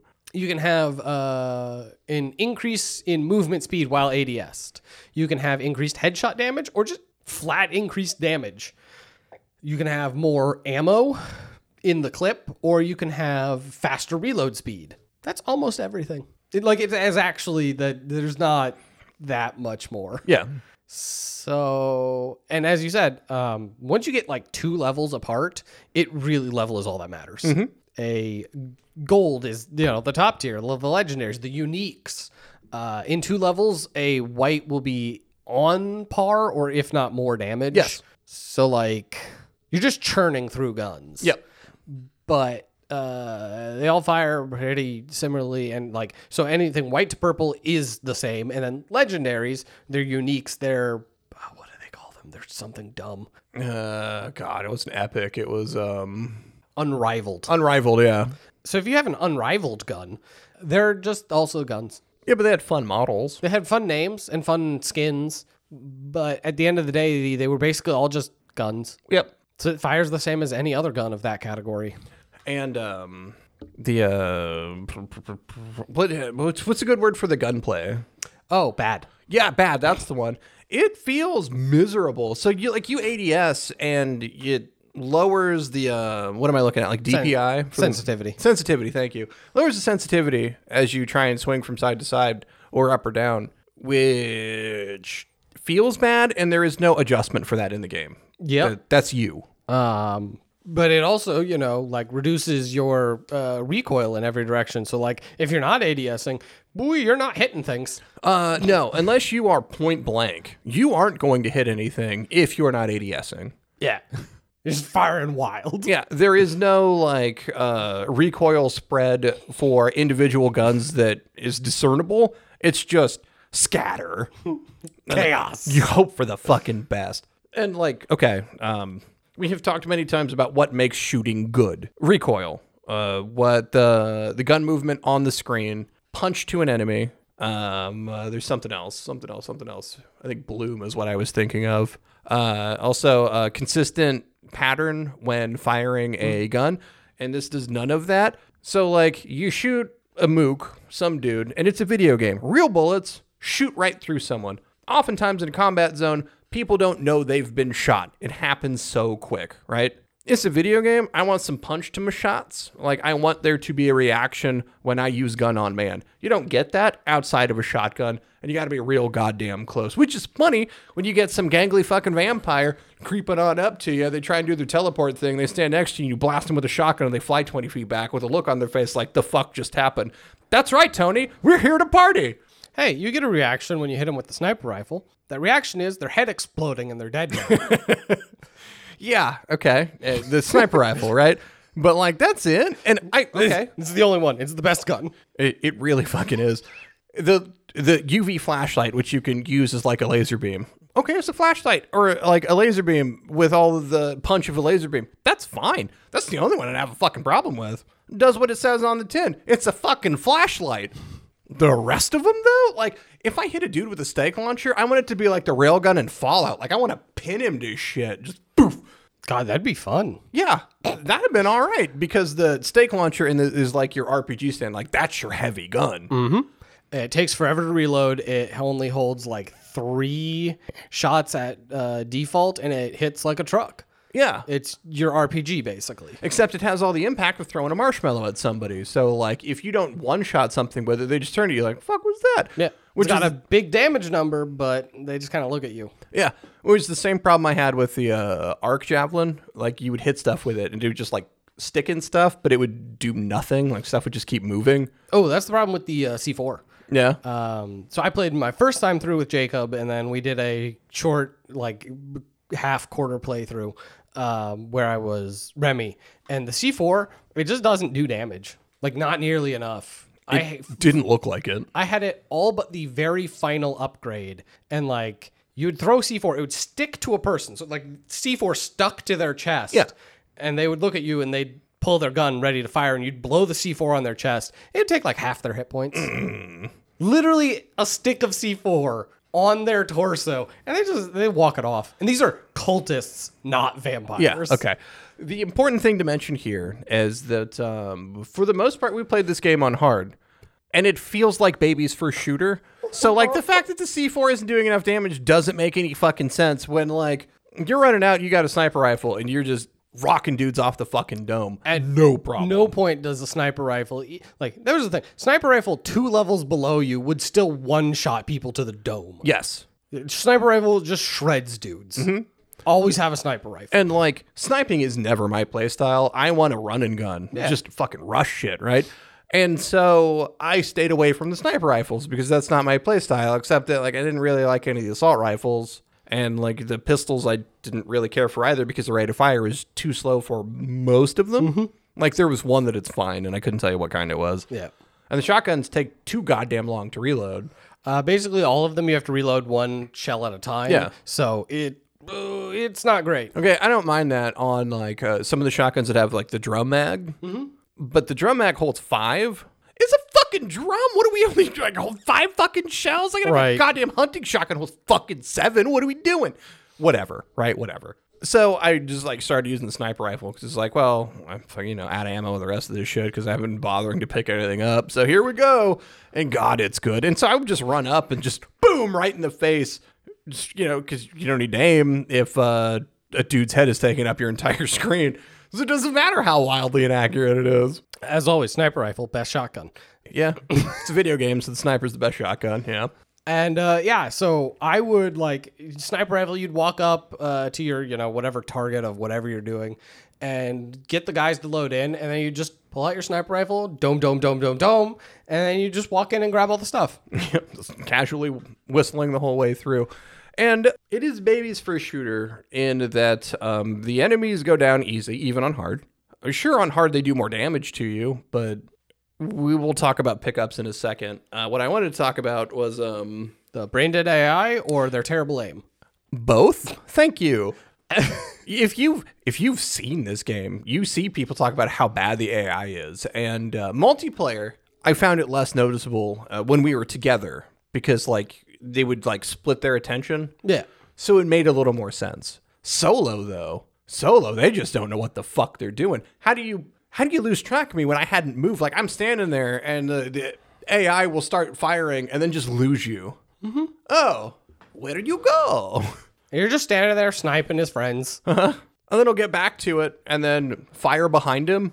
can have uh, an increase in movement speed while ads you can have increased headshot damage or just flat increased damage you can have more ammo in the clip or you can have faster reload speed that's almost everything it, like it is actually that there's not that much more
yeah,
so and as you said um, once you get like two levels apart it really level is all that matters
Mm-hmm.
a gold is you know the top tier the legendaries the uniques uh, in two levels a white will be on par or if not more damage
Yes.
so like you're just churning through guns
yep,
but uh, they all fire pretty similarly, and like so, anything white to purple is the same. And then legendaries, they're uniques. They're uh, what do they call them? They're something dumb,
uh, God, it was an epic. It was um
unrivaled.
unrivaled. Yeah,
So if you have an unrivaled gun, they're just also guns.
yeah, but they had fun models.
They had fun names and fun skins, but at the end of the day, they- they were basically all just guns.
Yep,
So it fires the same as any other gun of that category.
and um the uh pr- pr- pr- pr- what what's what's a good word for the gunplay?
Oh, bad.
Yeah, bad. That's the one. It feels miserable. So you like you ADS and it lowers the uh, what am I looking at? Like DPI for the-
sensitivity.
sensitivity. Thank you. Lowers the sensitivity as you try and swing from side to side or up or down, which feels bad. And there is no adjustment for that in the game.
Yep.
That- that's you.
Um, but it also, you know, like reduces your uh, recoil in every direction. So like, if you're not ADSing, boy, you're not hitting things.
Uh, no, unless you are point blank, you aren't going to hit anything if you are not ADSing.
Yeah, you're just firing wild.
Yeah, there is no like uh, recoil spread for individual guns that is discernible. It's just scatter.
Chaos.
You hope for the fucking best. And like, okay, um, we have talked many times about what makes shooting good: recoil, uh, what the the gun movement on the screen, punch to an enemy. Um, uh, there's something else, something else, something else. I think bloom is what I was thinking of. Uh, also, uh, consistent pattern when firing a gun, and this does none of that. So like, you shoot a mook, some dude, and it's a video game. Real bullets shoot right through someone. Oftentimes in a combat zone, people don't know they've been shot. It happens so quick, right? It's a video game. I want some punch to my shots. Like, I want there to be a reaction when I use gun on man. You don't get that outside of a shotgun, and you got to be real goddamn close, which is funny when you get some gangly fucking vampire creeping on up to you. They try and do their teleport thing. They stand next to you, you blast them with a shotgun, and they fly 20 feet back with a look on their face like, the fuck just happened? That's right, Tony. We're here to party.
Hey, you get a reaction when you hit them with the sniper rifle. That reaction is their head exploding and they're dead. now.
Yeah. Okay. Uh, The sniper rifle, right? But like that's it. And I okay.
it's the only one. It's the best gun.
It, it really fucking is. The the UV flashlight, which you can use as like a laser beam. Okay, it's a flashlight or like a laser beam with all of the punch of a laser beam. That's fine. That's the only one I have a fucking problem with. Does what it says on the tin. It's a fucking flashlight. The rest of them though, like if I hit a dude with a stake launcher, I want it to be like the railgun in Fallout. Like I want to pin him to shit. Just poof.
God, that'd be fun.
Yeah, that'd have been all right because the stake launcher in the, is like your RPG stand. Like that's your heavy gun.
Mm-hmm. It takes forever to reload. It only holds like three shots at uh, default, and it hits like a truck.
Yeah.
It's your RPG basically.
Except it has all the impact of throwing a marshmallow at somebody. So like if you don't one shot something with it, they just turn to you like, "Fuck was that?"
Yeah,
Which
it's got
is,
a big damage number, but they just kind of look at you.
yeah, which is the same problem I had with the uh, arc javelin. Like you would hit stuff with it and do just like sticking stuff, but it would do nothing. Like stuff would just keep moving. Uh,
Oh, that's the problem with the uh, C4.
Yeah.
Um, so I played my first time through with Jacob, and then we did a short, like b- half quarter playthrough um, where I was Remy, and the C4 it just doesn't do damage, like not nearly enough. I
Didn't look like it.
I had it all but the very final upgrade, and like you'd throw C4, it would stick to a person, so like C4 stuck to their chest,
Yeah.
and they would look at you and they'd pull their gun ready to fire, and you'd blow the C4 on their chest. It'd take like half their hit points literally a stick of C4 on their torso, and they just they walk it off. And these are cultists, not
Yeah.
vampires.
Okay. The important thing to mention here is that um, for the most part, we played this game on hard, and it feels like baby's first shooter. So, like, the fact that the C4 isn't doing enough damage doesn't make any fucking sense when, like, you're running out, you got a sniper rifle, and you're just rocking dudes off the fucking dome. At no problem.
No point does the sniper rifle e- like. There's the thing: sniper rifle two levels below you would still one shot people to the dome.
Yes.
Sniper rifle just shreds dudes.
Mm-hmm.
Always have a sniper rifle.
And like sniping is never my playstyle. I want to run and gun, just fucking rush shit, right? And so I stayed away from the sniper rifles because that's not my playstyle. Except that like I didn't really like any of the assault rifles, and like the pistols I didn't really care for either because the rate of fire is too slow for most of them. Like there was one that it's fine, and I couldn't tell you what kind it was.
yeah.
And the shotguns take too goddamn long to reload.
Uh, basically, all of them you have to reload one shell at a time.
Yeah.
So it uh, it's not great.
Okay, I don't mind that on like uh, some of the shotguns that have like the drum mag, but the drum mag holds five. It's a fucking drum. What do we only like hold five fucking shells? I got
Right.
a goddamn hunting shotgun holds fucking seven. What are we doing? Whatever, right? Whatever. So I just like started using the sniper rifle because it's like, well, I'm fucking, you know out of ammo with the rest of this shit because I haven't been bothering to pick anything up. So here we go, and God, it's good. And so I would just run up and just boom right in the face just, you know, because you don't need to aim if uh, a dude's head is taking up your entire screen. So it doesn't matter how wildly inaccurate it is.
As always, sniper rifle, best shotgun.
Yeah, it's a video game, so the sniper's the best shotgun. Yeah,
And uh, yeah, so I would like sniper rifle. You'd walk up uh, to your, you know, whatever target of whatever you're doing, and get the guys to load in, and then you just pull out your sniper rifle, dome, dome, dome, dome, dome, and then you just walk in and grab all the stuff.
just casually whistling the whole way through. And it is baby's first shooter in that um, the enemies go down easy, even on hard. Sure, on hard they do more damage to you, but we will talk about pickups in a second. Uh, what I wanted to talk about was um,
The brain dead AI or their terrible aim.
both thank you if you've if you've seen this game you see people talk about how bad the ai is and uh, multiplayer i found it less noticeable uh, when we were together because like they would like split their attention
Yeah,
so it made a little more sense solo though solo they just don't know what the fuck they're doing how do you how do you lose track of me when i hadn't moved like i'm standing there and the, the ai will start firing and then just lose you mm-hmm. oh where did you go
And you're just standing there sniping his friends.
And then he'll get back to it and then fire behind him.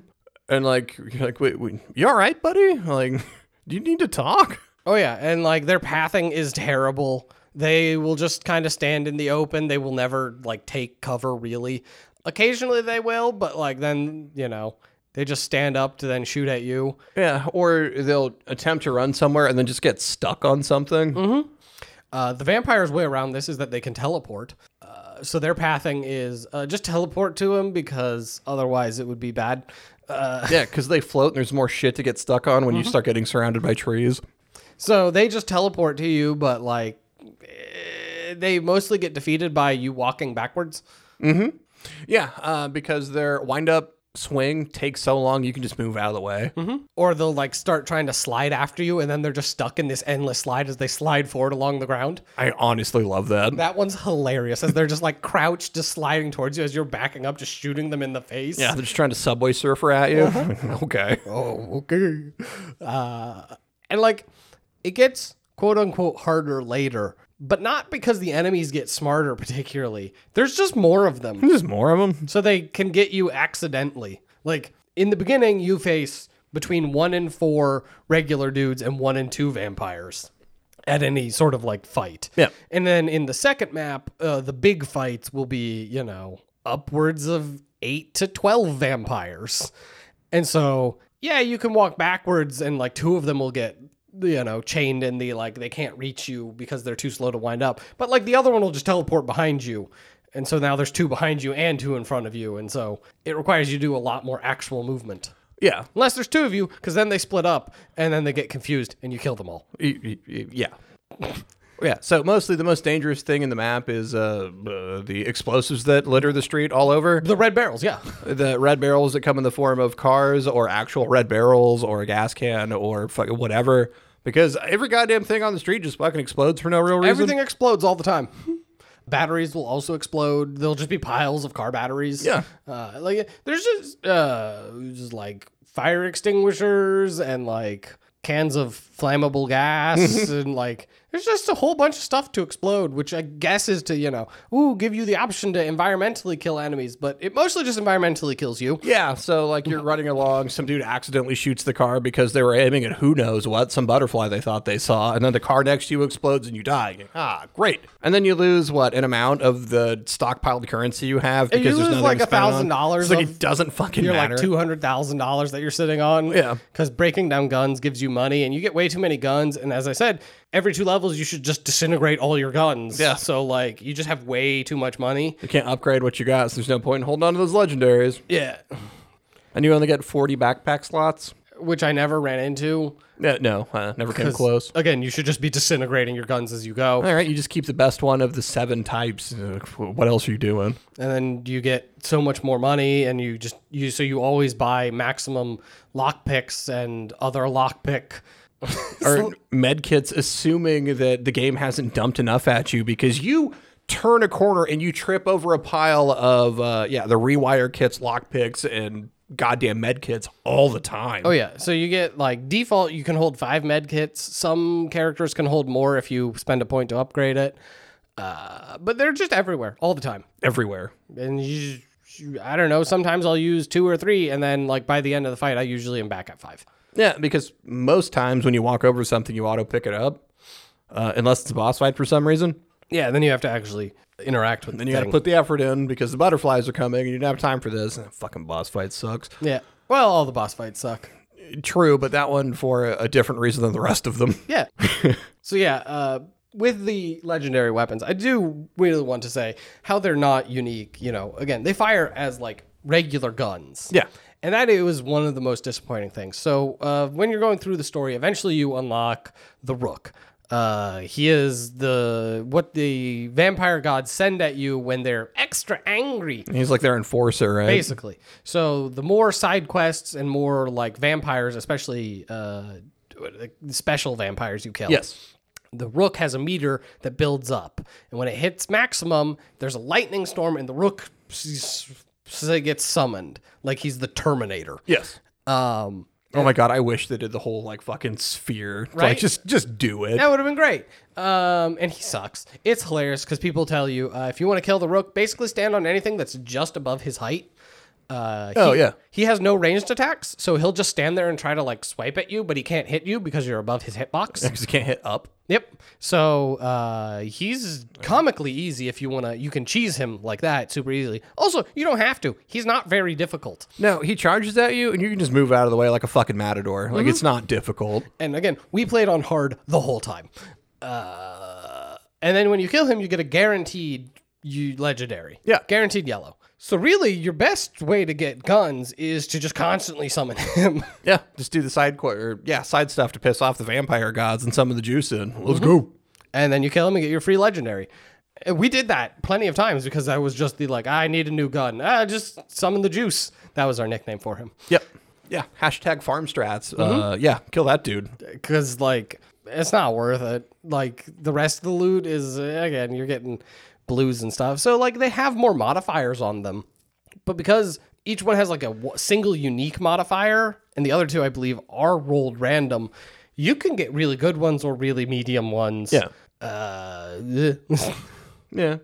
And like, you're like, wait, wait you all right, buddy? Like, do you need to talk?
oh yeah, and like their pathing is terrible. They will just kind of stand in the open. They will never like take cover really. Occasionally they will, but like then, you know, they just stand up to then shoot at you.
Yeah. Or they'll attempt to run somewhere and then just get stuck on something.
Uh, the vampire's way around this is that they can teleport. Uh, so their pathing is uh, just teleport to him because otherwise it would be bad. Uh,
Yeah, because they float and there's more shit to get stuck on when you start getting surrounded by trees.
so they just teleport to you, but like eh, they mostly get defeated by you walking backwards.
Yeah, uh, because their wind up swing takes so long, you can just move out of the way.
Or they'll like start trying to slide after you, and then they're just stuck in this endless slide as they slide forward along the ground.
I honestly love that.
That one's hilarious as they're just like crouched, just sliding towards you as you're backing up, just shooting them in the face.
Yeah, they're just trying to subway surfer at you. okay.
oh, okay. Uh, and like, it gets quote unquote harder later, but not because the enemies get smarter particularly. There's just more of them,
There's more of them.
so they can get you accidentally. Like, in the beginning, you face between one and four regular dudes and one and two vampires at any sort of like fight.
Yeah.
And then in the second map, uh, the big fights will be, you know, upwards of eight to 12 vampires. And so, yeah, you can walk backwards and like two of them will get, you know, chained in the like they can't reach you because they're too slow to wind up. But like the other one will just teleport behind you. And so now there's two behind you and two in front of you. And so it requires you to do a lot more actual movement.
Yeah.
Unless there's two of you, because then they split up and then they get confused and you kill them all.
Y- y- y- Yeah. Yeah. So mostly the most dangerous thing in the map is uh, uh, the explosives that litter the street all over.
The red barrels, yeah.
The red barrels that come in the form of cars or actual red barrels or a gas can or fucking whatever. Because every goddamn thing on the street just fucking explodes for no real reason.
Everything explodes all the time. Batteries will also explode. There'll just be piles of car batteries.
Yeah.
uh, like there's just uh, just like fire extinguishers and like cans of flammable gas and like there's just a whole bunch of stuff to explode, which I guess is to you know ooh give you the option to environmentally kill enemies, but it mostly just environmentally kills you.
Yeah, so like you're running along, some dude accidentally shoots the car because they were aiming at who knows what, some butterfly they thought they saw, and then the car next to you explodes and you die. Ah, great. And then you lose what an amount of the stockpiled currency you have because
you
there's
lose,
nothing
like,
to spend on.
$1,000
It's like
of-
it doesn't fucking
You're
matter.
like two hundred thousand dollars that you're sitting on.
Yeah.
because breaking down guns gives you money, and you get way too many guns. And as I said, every two levels you should just disintegrate all your guns.
Yeah.
so like you just have way too much money.
you can't upgrade what you got, so there's no point in holding on to those legendaries.
Yeah,
And you only get 40 backpack slots.
which I never ran into.
Yeah, no, uh, never came
'Cause,
close.
Again, you should just be disintegrating your guns as you go,
All right, you just keep the best one of the seven types. Uh, What else are you doing?
and then you get so much more money, and you just you so you always buy maximum lock picks and other lock pick.
or med kits, assuming that the game hasn't dumped enough at you because you turn a corner and you trip over a pile of uh, yeah the rewire kits, lockpicks, and goddamn med kits all the time.
Oh yeah, so you get like default. You can hold five med kits. Some characters can hold more if you spend a point to upgrade it. Uh, but they're just everywhere all the time,
everywhere.
and you, you- I don't know. Sometimes I'll use two or three, and then like by the end of the fight, I usually am back at five.
Yeah, because most times when you walk over something, you auto pick it up, uh, unless it's a boss fight for some reason.
Yeah, then you have to actually interact with.
Then you got to put the effort in because the butterflies are coming and you don't have time for this. And fucking boss fight sucks.
yeah. Well, all the boss fights suck.
True, but that one for a, a different reason than the rest of them.
Yeah. so yeah, uh, with the legendary weapons, I do really want to say how they're not unique. You know, again, they fire as like regular guns.
Yeah.
And that it was one of the most disappointing things. So uh, when you're going through the story, eventually you unlock the Rook. Uh, he is the what the vampire gods send at you when they're extra angry
He's like their enforcer, right?
basically. So the more side quests and more like vampires, especially uh, special vampires you kill.
Yes.
The rook has a meter that builds up, and when it hits maximum, there's a lightning storm, and the rook s- s- s- gets summoned, like he's the Terminator.
Yes.
Um,
Oh my god, I wish they did the whole like fucking sphere.
Right?
Like just just do it.
That would have been great. Um, and he sucks. It's hilarious because people tell you uh, if you want to kill the rook, basically stand on anything that's just above his height. Uh,
Oh,
he-
yeah.
He has no ranged attacks, so he'll just stand there and try to like swipe at you, but he can't hit you because you're above his hitbox.
Because you can't hit up.
yep. So uh, he's comically easy if you wanna. You can cheese him like that super easily. Also, you don't have to. He's not very difficult.
No, he charges at you and you can just move out of the way like a fucking matador.
Mm-hmm.
Like it's not difficult.
And again, we played on hard the whole time. Uh, and then when you kill him, you get a guaranteed you legendary.
Yeah.
guaranteed yellow. So really, your best way to get guns is to just constantly summon him.
Yeah, just do the side qu- or yeah, side stuff to piss off the vampire gods and summon the juice in.
Mm-hmm.
Let's go.
and then you kill him and get your free legendary. And We did that plenty of times because that was just the like, I need a new gun. Ah, just summon the juice. That was our nickname for him.
Yep. Yeah. Hashtag farm strats.
Mm-hmm.
Uh, yeah, kill that dude.
because like it's not worth it. Like the rest of the loot is uh, again, you're getting blues and stuff. So like they have more modifiers on them, but because each one has like a w- single unique modifier, and the other two I believe are rolled random, you can get really good ones or really medium ones.
Yeah.
Uh, ugh.
Yeah.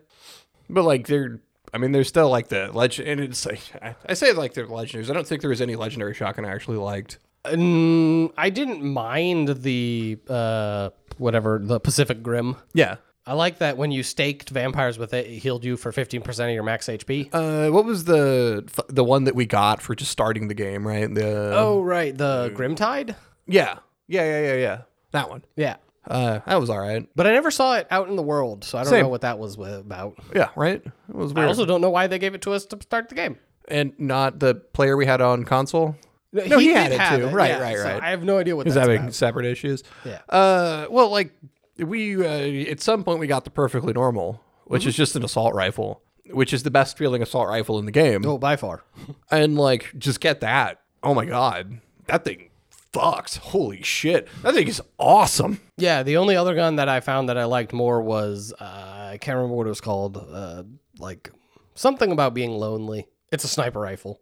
But like they're I mean they're still like the legend and it's like I, I say like they're legendaries. I don't think there was any legendary shotgun I actually liked.
Mm, I didn't mind the uh, whatever the Pacific Grim.
Yeah.
I like that when you staked vampires with it, it healed you for fifteen percent of your max HP.
Uh, what was the the one that we got for just starting the game, right? The
Oh right, the Grimtide.
yeah, yeah, yeah, yeah, yeah. That one.
Yeah,
Uh, that was all right.
but I never saw it out in the world, so I don't
Same.
know what that was wi- about.
Yeah, right. It was
I
weird.
also don't know why they gave it to us to start the game.
and not the player we had on console. No, he had
did
it
have
too. Right,
yeah,
right,
so
right.
I have no idea what
Is
that's
having
about.
separate issues.
Yeah.
Uh, well, like we uh, at some point we got the perfectly normal, which
Mm-hmm.
is just an assault rifle, which is the best feeling assault rifle in the game.
Oh, by far.
and like just get that. Oh my god, that thing fucks! Holy shit, that thing is awesome.
Yeah, the only other gun that I found that I liked more was uh, I can't remember what it was called. Uh, like something about being lonely. It's a sniper rifle.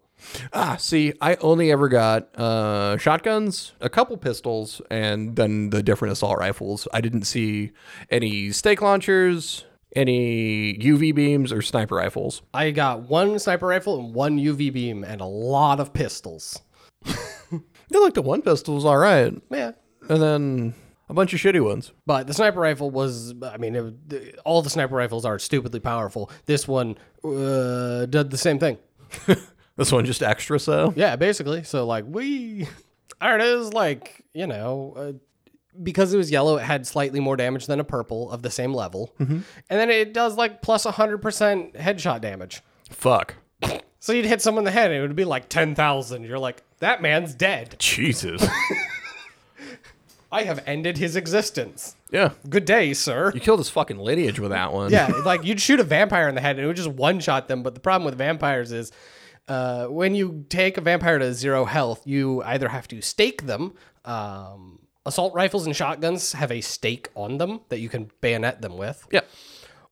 Ah, see, I only ever got uh, shotguns, a couple pistols, and then the different assault rifles. I didn't see any stake launchers, any UV beams, or sniper rifles.
I got one sniper rifle and one UV beam and a lot of pistols.
Yeah, like the one pistol was all right,
Yeah,
and then a bunch of shitty ones.
But the sniper rifle was, I mean, it, all the sniper rifles are stupidly powerful. This one uh, did the same thing.
This one just extra so.
Yeah, basically. So, like, we. There it is, like, you know, uh, because it was yellow, it had slightly more damage than a purple of the same level. And then it does, like, plus 100% headshot damage.
Fuck.
So you'd hit someone in the head and it would be like 10,000. You're like, that man's dead.
Jesus.
I have ended his existence.
yeah.
Good day, sir.
You killed his fucking lineage with that one.
Yeah, like you'd shoot a vampire in the head and it would just one shot them. But the problem with vampires is uh, when you take a vampire to zero health, you either have to stake them. Um, assault rifles and shotguns have a stake on them that you can bayonet them with,
Yeah.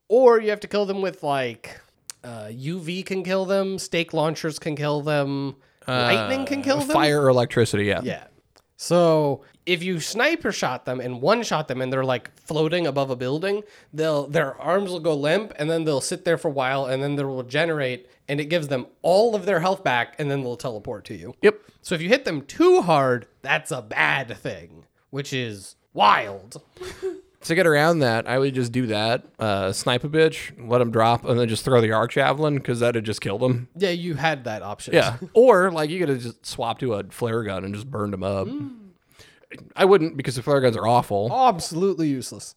or you have to kill them with like uh, UV can kill them, stake launchers can kill them, lightning can kill them.
Fire or electricity. Yeah.
Yeah. So if you sniper shot them and one shot them and they're like floating above a building, they'll their arms will go limp and then they'll sit there for a while and then they'll regenerate and it gives them all of their health back and then they'll teleport to you.
Yep.
So if you hit them too hard, that's a bad thing, which is wild.
to get around that, I would just do that, uh, snipe a bitch, let him drop, and then just throw the arc javelin because that'd just kill them.
Yeah, you had that option.
Yeah. or like you could have just swapped to a flare gun and just burned them up. I wouldn't because the flare guns are awful.
Absolutely useless.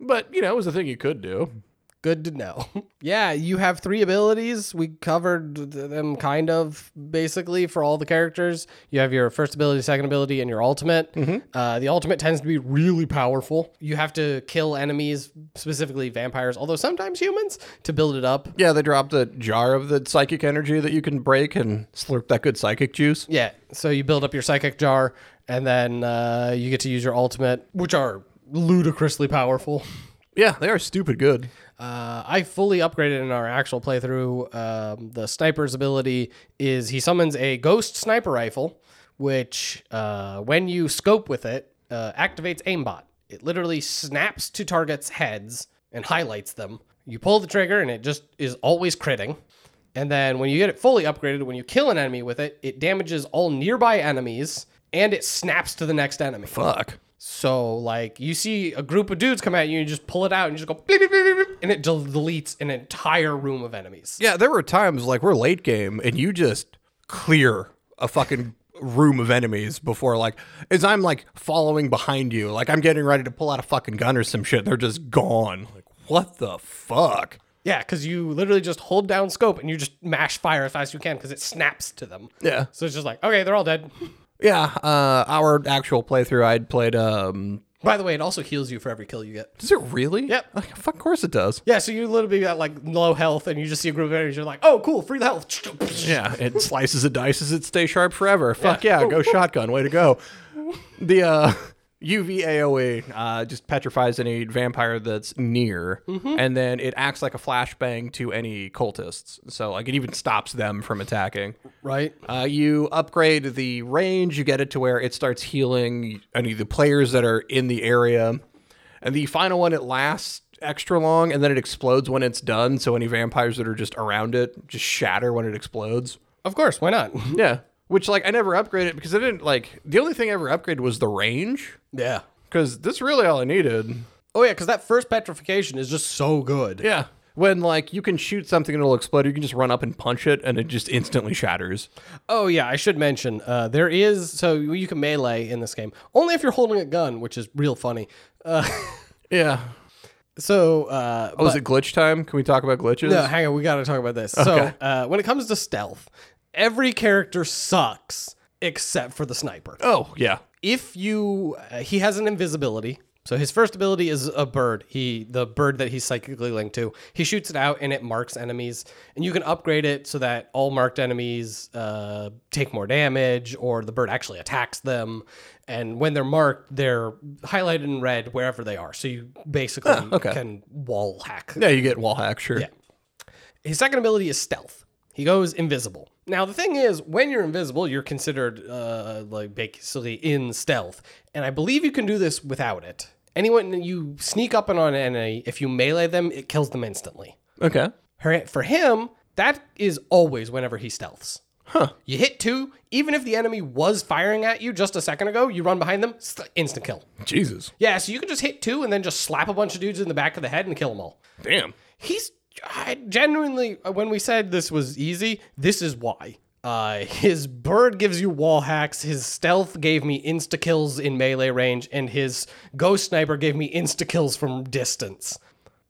But you know, it was a thing you could do.
Good to know. yeah, you have three abilities. We covered th- them kind of basically for all the characters. You have your first ability, second ability, and your ultimate. Uh, the ultimate tends to be really powerful. You have to kill enemies, specifically vampires, although sometimes humans, to build it up.
Yeah, they dropped a jar of the psychic energy that you can break and slurp that good psychic juice.
Yeah, so you build up your psychic jar, and then uh, you get to use your ultimate, which are ludicrously powerful.
Yeah, they are stupid good.
Uh, I fully upgraded in our actual playthrough. Um, the sniper's ability is he summons a ghost sniper rifle, which, uh, when you scope with it, uh, activates aimbot. It literally snaps to targets' heads and highlights them. You pull the trigger, and it just is always critting. And then when you get it fully upgraded, when you kill an enemy with it, it damages all nearby enemies and it snaps to the next enemy.
Fuck.
So like you see a group of dudes come at you, and you just pull it out and you just go bleep, bleep, bleep, bleep, and it del- deletes an entire room of enemies.
Yeah, there were times like we're late game and you just clear a fucking room of enemies before like as I'm like following behind you, like I'm getting ready to pull out a fucking gun or some shit. They're just gone. Like what the fuck?
Yeah, because you literally just hold down scope and you just mash fire as fast as you can because it snaps to them.
Yeah.
So it's just like, okay, they're all dead.
Yeah, uh our actual playthrough I'd played um
By the way, it also heals you for every kill you get.
does it really?
Yep.
Like, fuck, of course it does.
Yeah, so you literally got like low health and you just see a group of enemies, you're like, oh cool, free the health.
Yeah, it slices it, dices it, stay sharp forever. Fuck yeah, go shotgun, way to go. The uh, UV AOE uh, just petrifies any vampire that's near, and then it acts like a flashbang to any cultists. So like it even stops them from attacking.
Right?
Uh, you upgrade the range, you get it to where it starts healing any of the players that are in the area. And the final one, it lasts extra long and then it explodes when it's done. So any vampires that are just around it just shatter when it explodes.
Of course, why not?
Yeah. Which like I never upgraded because I didn't like the only thing I ever upgraded was the range
yeah.
because that's really all I needed.
Oh yeah, because that first petrification is just so good.
Yeah. When like you can shoot something and it'll explode, you can just run up and punch it and it just instantly shatters.
Oh yeah, I should mention uh, there is so you can melee in this game only if you're holding a gun, which is real funny. Uh,
Yeah.
so uh,
Oh, is it glitch time? Can we talk about glitches?
no, hang on, we got to talk about this. So uh, when it comes to stealth, every character sucks except for the sniper.
Oh, yeah.
If you uh, he has an invisibility. So his first ability is a bird. He the bird that he's psychically linked to. He shoots it out and it marks enemies, and you can upgrade it so that all marked enemies uh, take more damage, or the bird actually attacks them. And when they're marked, they're highlighted in red wherever they are. So you basically
okay.
can wall hack
Yeah, you get wall hack, sure.
Yeah. his second ability is stealth. He goes invisible. Now the thing is, when you're invisible, you're considered uh, like basically in stealth, and I believe you can do this without it. Anyone you sneak up and on an enemy, if you melee them, it kills them instantly.
Okay.
Her- For him, that is always whenever he stealths. Huh. You hit two, even if the enemy was firing at you just a second ago, you run behind them, st- instant kill.
Jesus.
Yeah, so you can just hit two and then just slap a bunch of dudes in the back of the head and kill them all
Damn.
he's I genuinely uh, when we said this was easy this is why uh, his bird gives you wall hacks his stealth gave me insta kills in melee range and his ghost sniper gave me insta kills from distance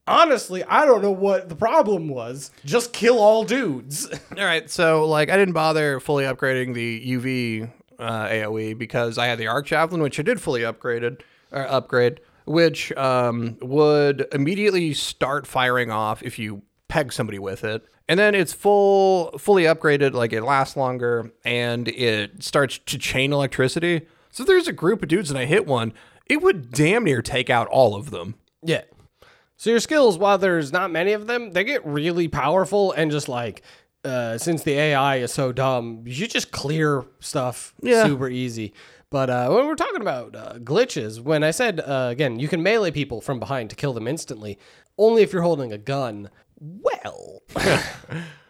honestly i don't know what the problem was just kill all dudes
All right, so like I didn't bother fully upgrading the UV uh, AOE because I had the Arc Javelin, which I did fully upgraded or upgrade, which um, would immediately start firing off if you peg somebody with it, and then it's full fully upgraded, like it lasts longer and it starts to chain electricity. So if there's a group of dudes and I hit one, it would damn near take out all of them.
Yeah. So your skills, while there's not many of them, they get really powerful and just like uh, since the AI is so dumb, you just clear stuff
Yeah.
super easy. But uh, when we're talking about uh, glitches, when I said uh, again, you can melee people from behind to kill them instantly, only if you're holding a gun. Well,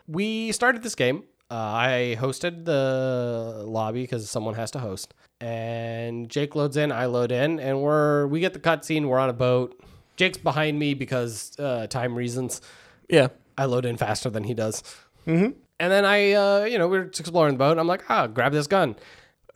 we started this game. Uh, I hosted the lobby because someone has to host. And Jake loads in, I load in, and we're we get the cutscene. We're on a boat. Jake's behind me because uh, time reasons.
Yeah,
I load in faster than he does. Mm-hmm. And then I, uh, you know, we're exploring the boat. And I'm like, ah, grab this gun.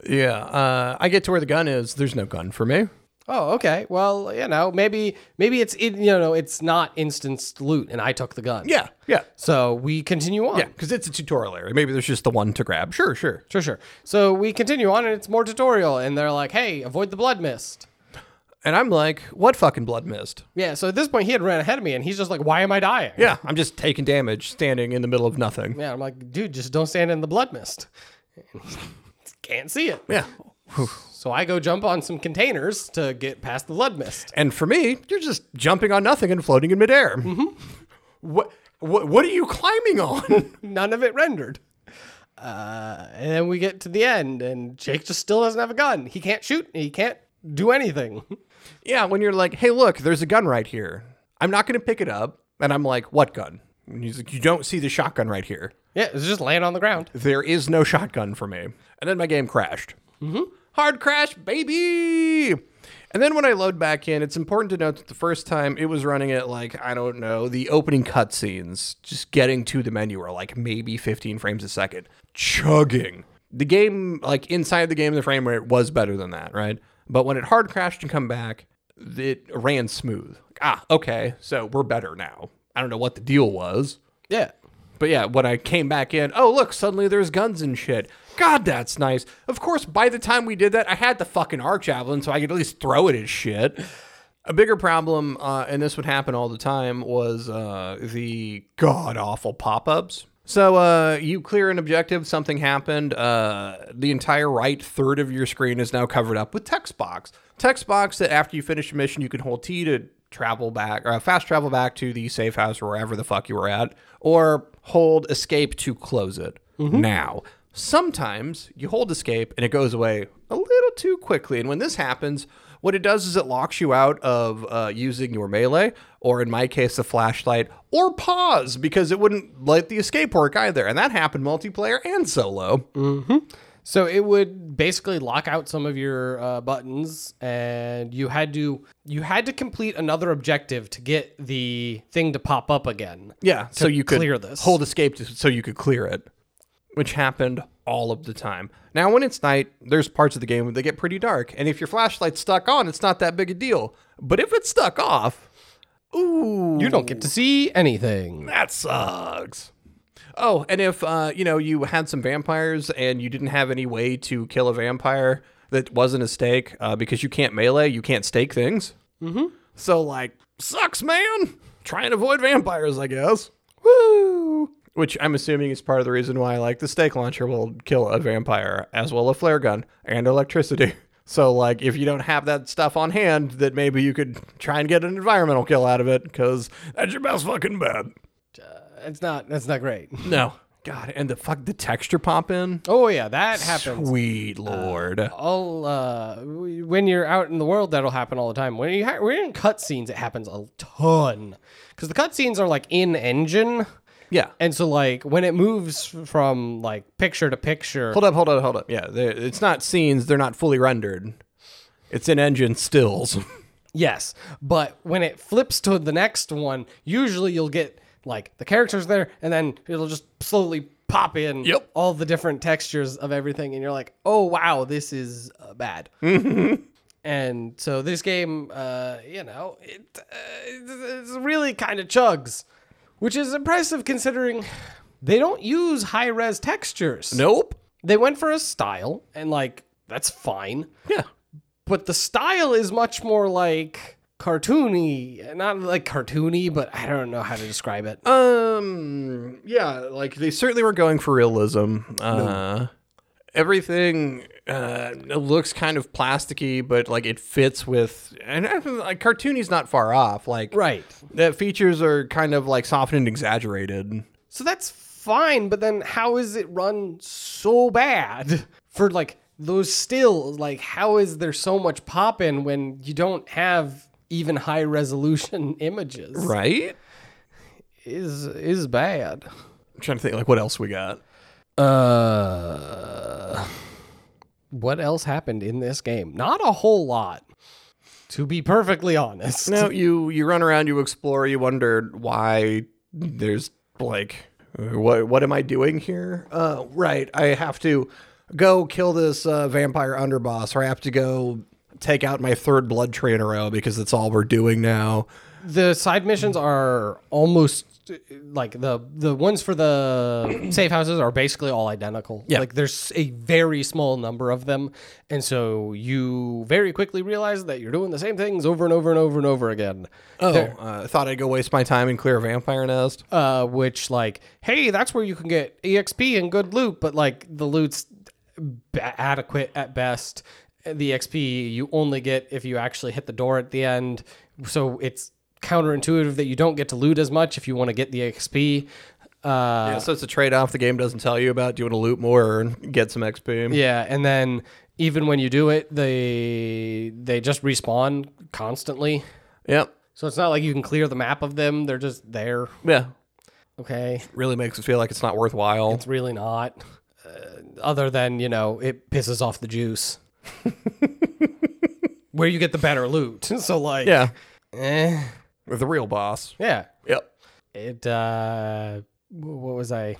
yeah. Uh, I get to where the gun is. There's no gun for me.
Oh, okay. Well, you know, maybe maybe it's in, you know it's not instanced loot, and I took the gun.
Yeah, yeah.
So we continue on.
Yeah, because Um, it's a tutorial area. Maybe there's just the one to grab. Sure, sure.
Sure, sure. So we continue on, and it's more tutorial, and they're like, "Hey, avoid the blood mist."
And I'm like, what fucking blood mist?
Yeah. So at this point, he had ran ahead of me, and he's just like, "Why am I dying?"
Yeah, I'm just taking damage standing in the middle of nothing.
Yeah. I'm like, "Dude, just don't stand in the blood mist." Can't see it.
Yeah.
So I go jump on some containers to get past the blood mist.
And for me, you're just jumping on nothing and floating in midair. What, what, what are you climbing on?
None of it rendered. Uh, and then we get to the end, and Jake just still doesn't have a gun. He can't shoot. He can't do anything.
Yeah, when you're like, hey, look, there's a gun right here. I'm not going to pick it up. And I'm like, what gun? And he's like, you don't see the shotgun right here.
yeah, it's just laying on the ground.
There is no shotgun for me. And then my game crashed. Mm-hmm. Hard crash, baby. And then when I load back in, it's important to note that the first time it was running at like, I don't know, the opening cutscenes, just getting to the menu are like maybe 15 frames a second, chugging. The game, like inside the game, the frame rate was better than that, right? But when it hard crashed and come back, it ran smooth. Ah, okay, so we're better now. I don't know what the deal was.
Yeah.
But yeah, when I came back in, oh look, suddenly there's guns and shit. God, that's nice. Of course, by the time we did that, I had the fucking arc javelin, so I could at least throw it as shit. A bigger problem, uh, and this would happen all the time, was uh, the god awful pop ups. So uh, you clear an objective, something happened. Uh, the entire right third of your screen is now covered up with text box. Text box that after you finish a mission, you can hold T to travel back or fast travel back to the safe house or wherever the fuck you were at, or hold escape to close it. Now, sometimes you hold escape and it goes away a little too quickly. And when this happens, what it does is it locks you out of uh, using your melee, or in my case, the flashlight, or pause because it wouldn't let the escape work either. And that happened multiplayer and solo.
So it would basically lock out some of your uh, buttons, and you had to you had to complete another objective to get the thing to pop up again.
Yeah, so you could
clear this.
hold escape to, so you could clear it, which happened all of the time. Now, when it's night, there's parts of the game where they get pretty dark, and if your flashlight's stuck on, it's not that big a deal. But if it's stuck off, ooh,
You don't get to see anything.
that sucks. Oh, and if uh, you know you had some vampires and you didn't have any way to kill a vampire that wasn't a stake uh, because you can't melee, you can't stake things. Mm-hmm. So like, sucks, man. Try and avoid vampires, I guess. Woo! Which I'm assuming is part of the reason why like the stake launcher will kill a vampire as well a flare gun and electricity. So like, if you don't have that stuff on hand, that maybe you could try and get an environmental kill out of it because that's your best fucking bet.
It's not that's not great.
No. God, and the fuck the texture pop in?
Oh yeah, that happens.
Sweet lord.
all uh, w- when you're out in the world, that'll happen all the time. When you ha- we're in cutscenes, it happens a ton because the cutscenes are like in engine,
yeah.
and so like when it moves from like picture to picture,
Hold up, hold up, hold up. Yeah, they- it's not scenes, they're not fully rendered. It's in engine stills.
yes, but when it flips to the next one, usually you'll get like the characters there, and then it'll just slowly pop in
Yep.
all the different textures of everything, and you're like, oh wow, this is uh, bad. And so this game, uh, you know, it, uh, it's it's really kind of chugs, which is impressive considering they don't use high res textures.
nope.
They went for a style, and like, that's fine.
Yeah.
But the style is much more like cartoony. Not like cartoony, but I don't know how to describe it.
Um yeah, like they certainly were going for realism. Uh Everything uh, it looks kind of plasticky, but like it fits with, and I feel like cartoony's not far off. Like
Right.
the features are kind of like softened and exaggerated.
So that's fine, but then how is it run so bad for like those stills? Like, how is there so much pop in when you don't have even high resolution images?
Right?
Is is bad.
I'm trying to think like what else we got.
Uh, what else happened in this game? Not a whole lot, to be perfectly honest.
No, you you run around, you explore, you wonder why there's like what what am I doing here? Uh, right, I have to go kill this uh, vampire underboss, or I have to go take out my third blood tree in a row because that's all we're doing now.
The side missions are almost uh, like the the ones for the safe houses are basically all identical.
Yeah.
Like there's a very small number of them, and so you very quickly realize that you're doing the same things over and over and over and over again.
Oh, uh, thought I'd go waste my time and clear a vampire nest.
uh, which like, hey, that's where you can get EXP and good loot, but like the loot's b- adequate at best. The XP you only get if you actually hit the door at the end, E so it's counterintuitive that you don't get to loot as much if you want to get the XP.
yeah, so it's a trade off the game doesn't tell you about. Do you want to loot more or get some XP?
Yeah, and then even when you do it, they they just respawn constantly.
Yep.
So it's not like you can clear the map of them. They're just there.
Yeah.
Okay.
Really makes it feel like it's not worthwhile.
It's really not. Uh, other than, you know, it pisses off the juice. Where you get the better loot. So like
yeah.
eh,
With the real boss.
yeah.
Yep.
It uh w- what was I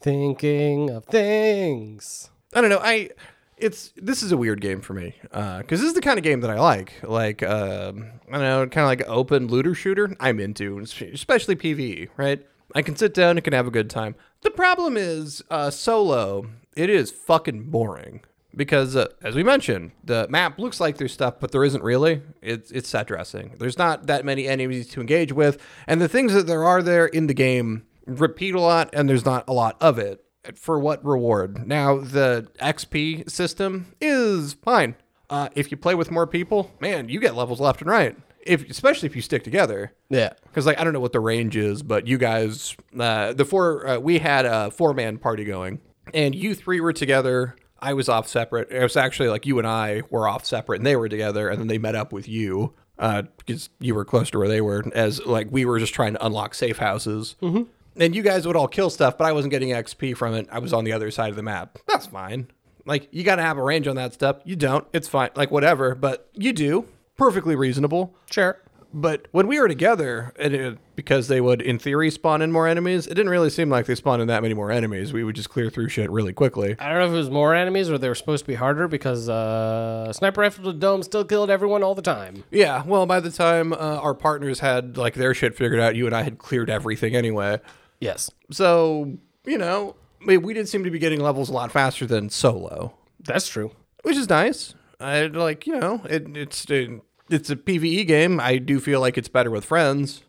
thinking of things?
I don't know. I it's this is a weird game for me because this is the kind of game that I like. Like um, I don't know, kind of like open looter shooter. I'm into, especially PVE. Right? I can sit down and can have a good time. The problem is uh, solo. It is fucking boring because uh, as we mentioned, the map looks like there's stuff, but there isn't really. It's it's set dressing. There's not that many enemies to engage with, and the things that there are there in the game repeat a lot, and there's not a lot of it for what reward? Now the XP system is fine. Uh, if you play with more people, man, you get levels left and right. If especially if you stick together,
Yeah.
because like I don't know what the range is, but you guys, uh, the four uh, we had a four man party going, and you three were together. I was off separate. It was actually like you and I were off separate, and they were together, and then they met up with you because you were close to where they were. As like we were just trying to unlock safe houses, mm-hmm. and you guys would all kill stuff, but I wasn't getting XP from it. I was on the other side of the map. That's fine. Like you got to have a range on that stuff. You don't. It's fine. Like whatever, but you do. Perfectly reasonable.
Sure.
But when we were together, and it, because they would, in theory, spawn in more enemies, it didn't really seem like they spawned in that many more enemies. We would just clear through shit really quickly.
I don't know if it was more enemies or they were supposed to be harder because uh, sniper rifle to dome still killed everyone all the time.
Yeah, well, by the time uh, our partners had like their shit figured out, you and I had cleared everything anyway.
Yes,
So you know, I mean, we did seem to be getting levels a lot faster than solo,
that's true.
which is nice. I like you know, it, it's it's a PVE game. I do feel like it's better with friends,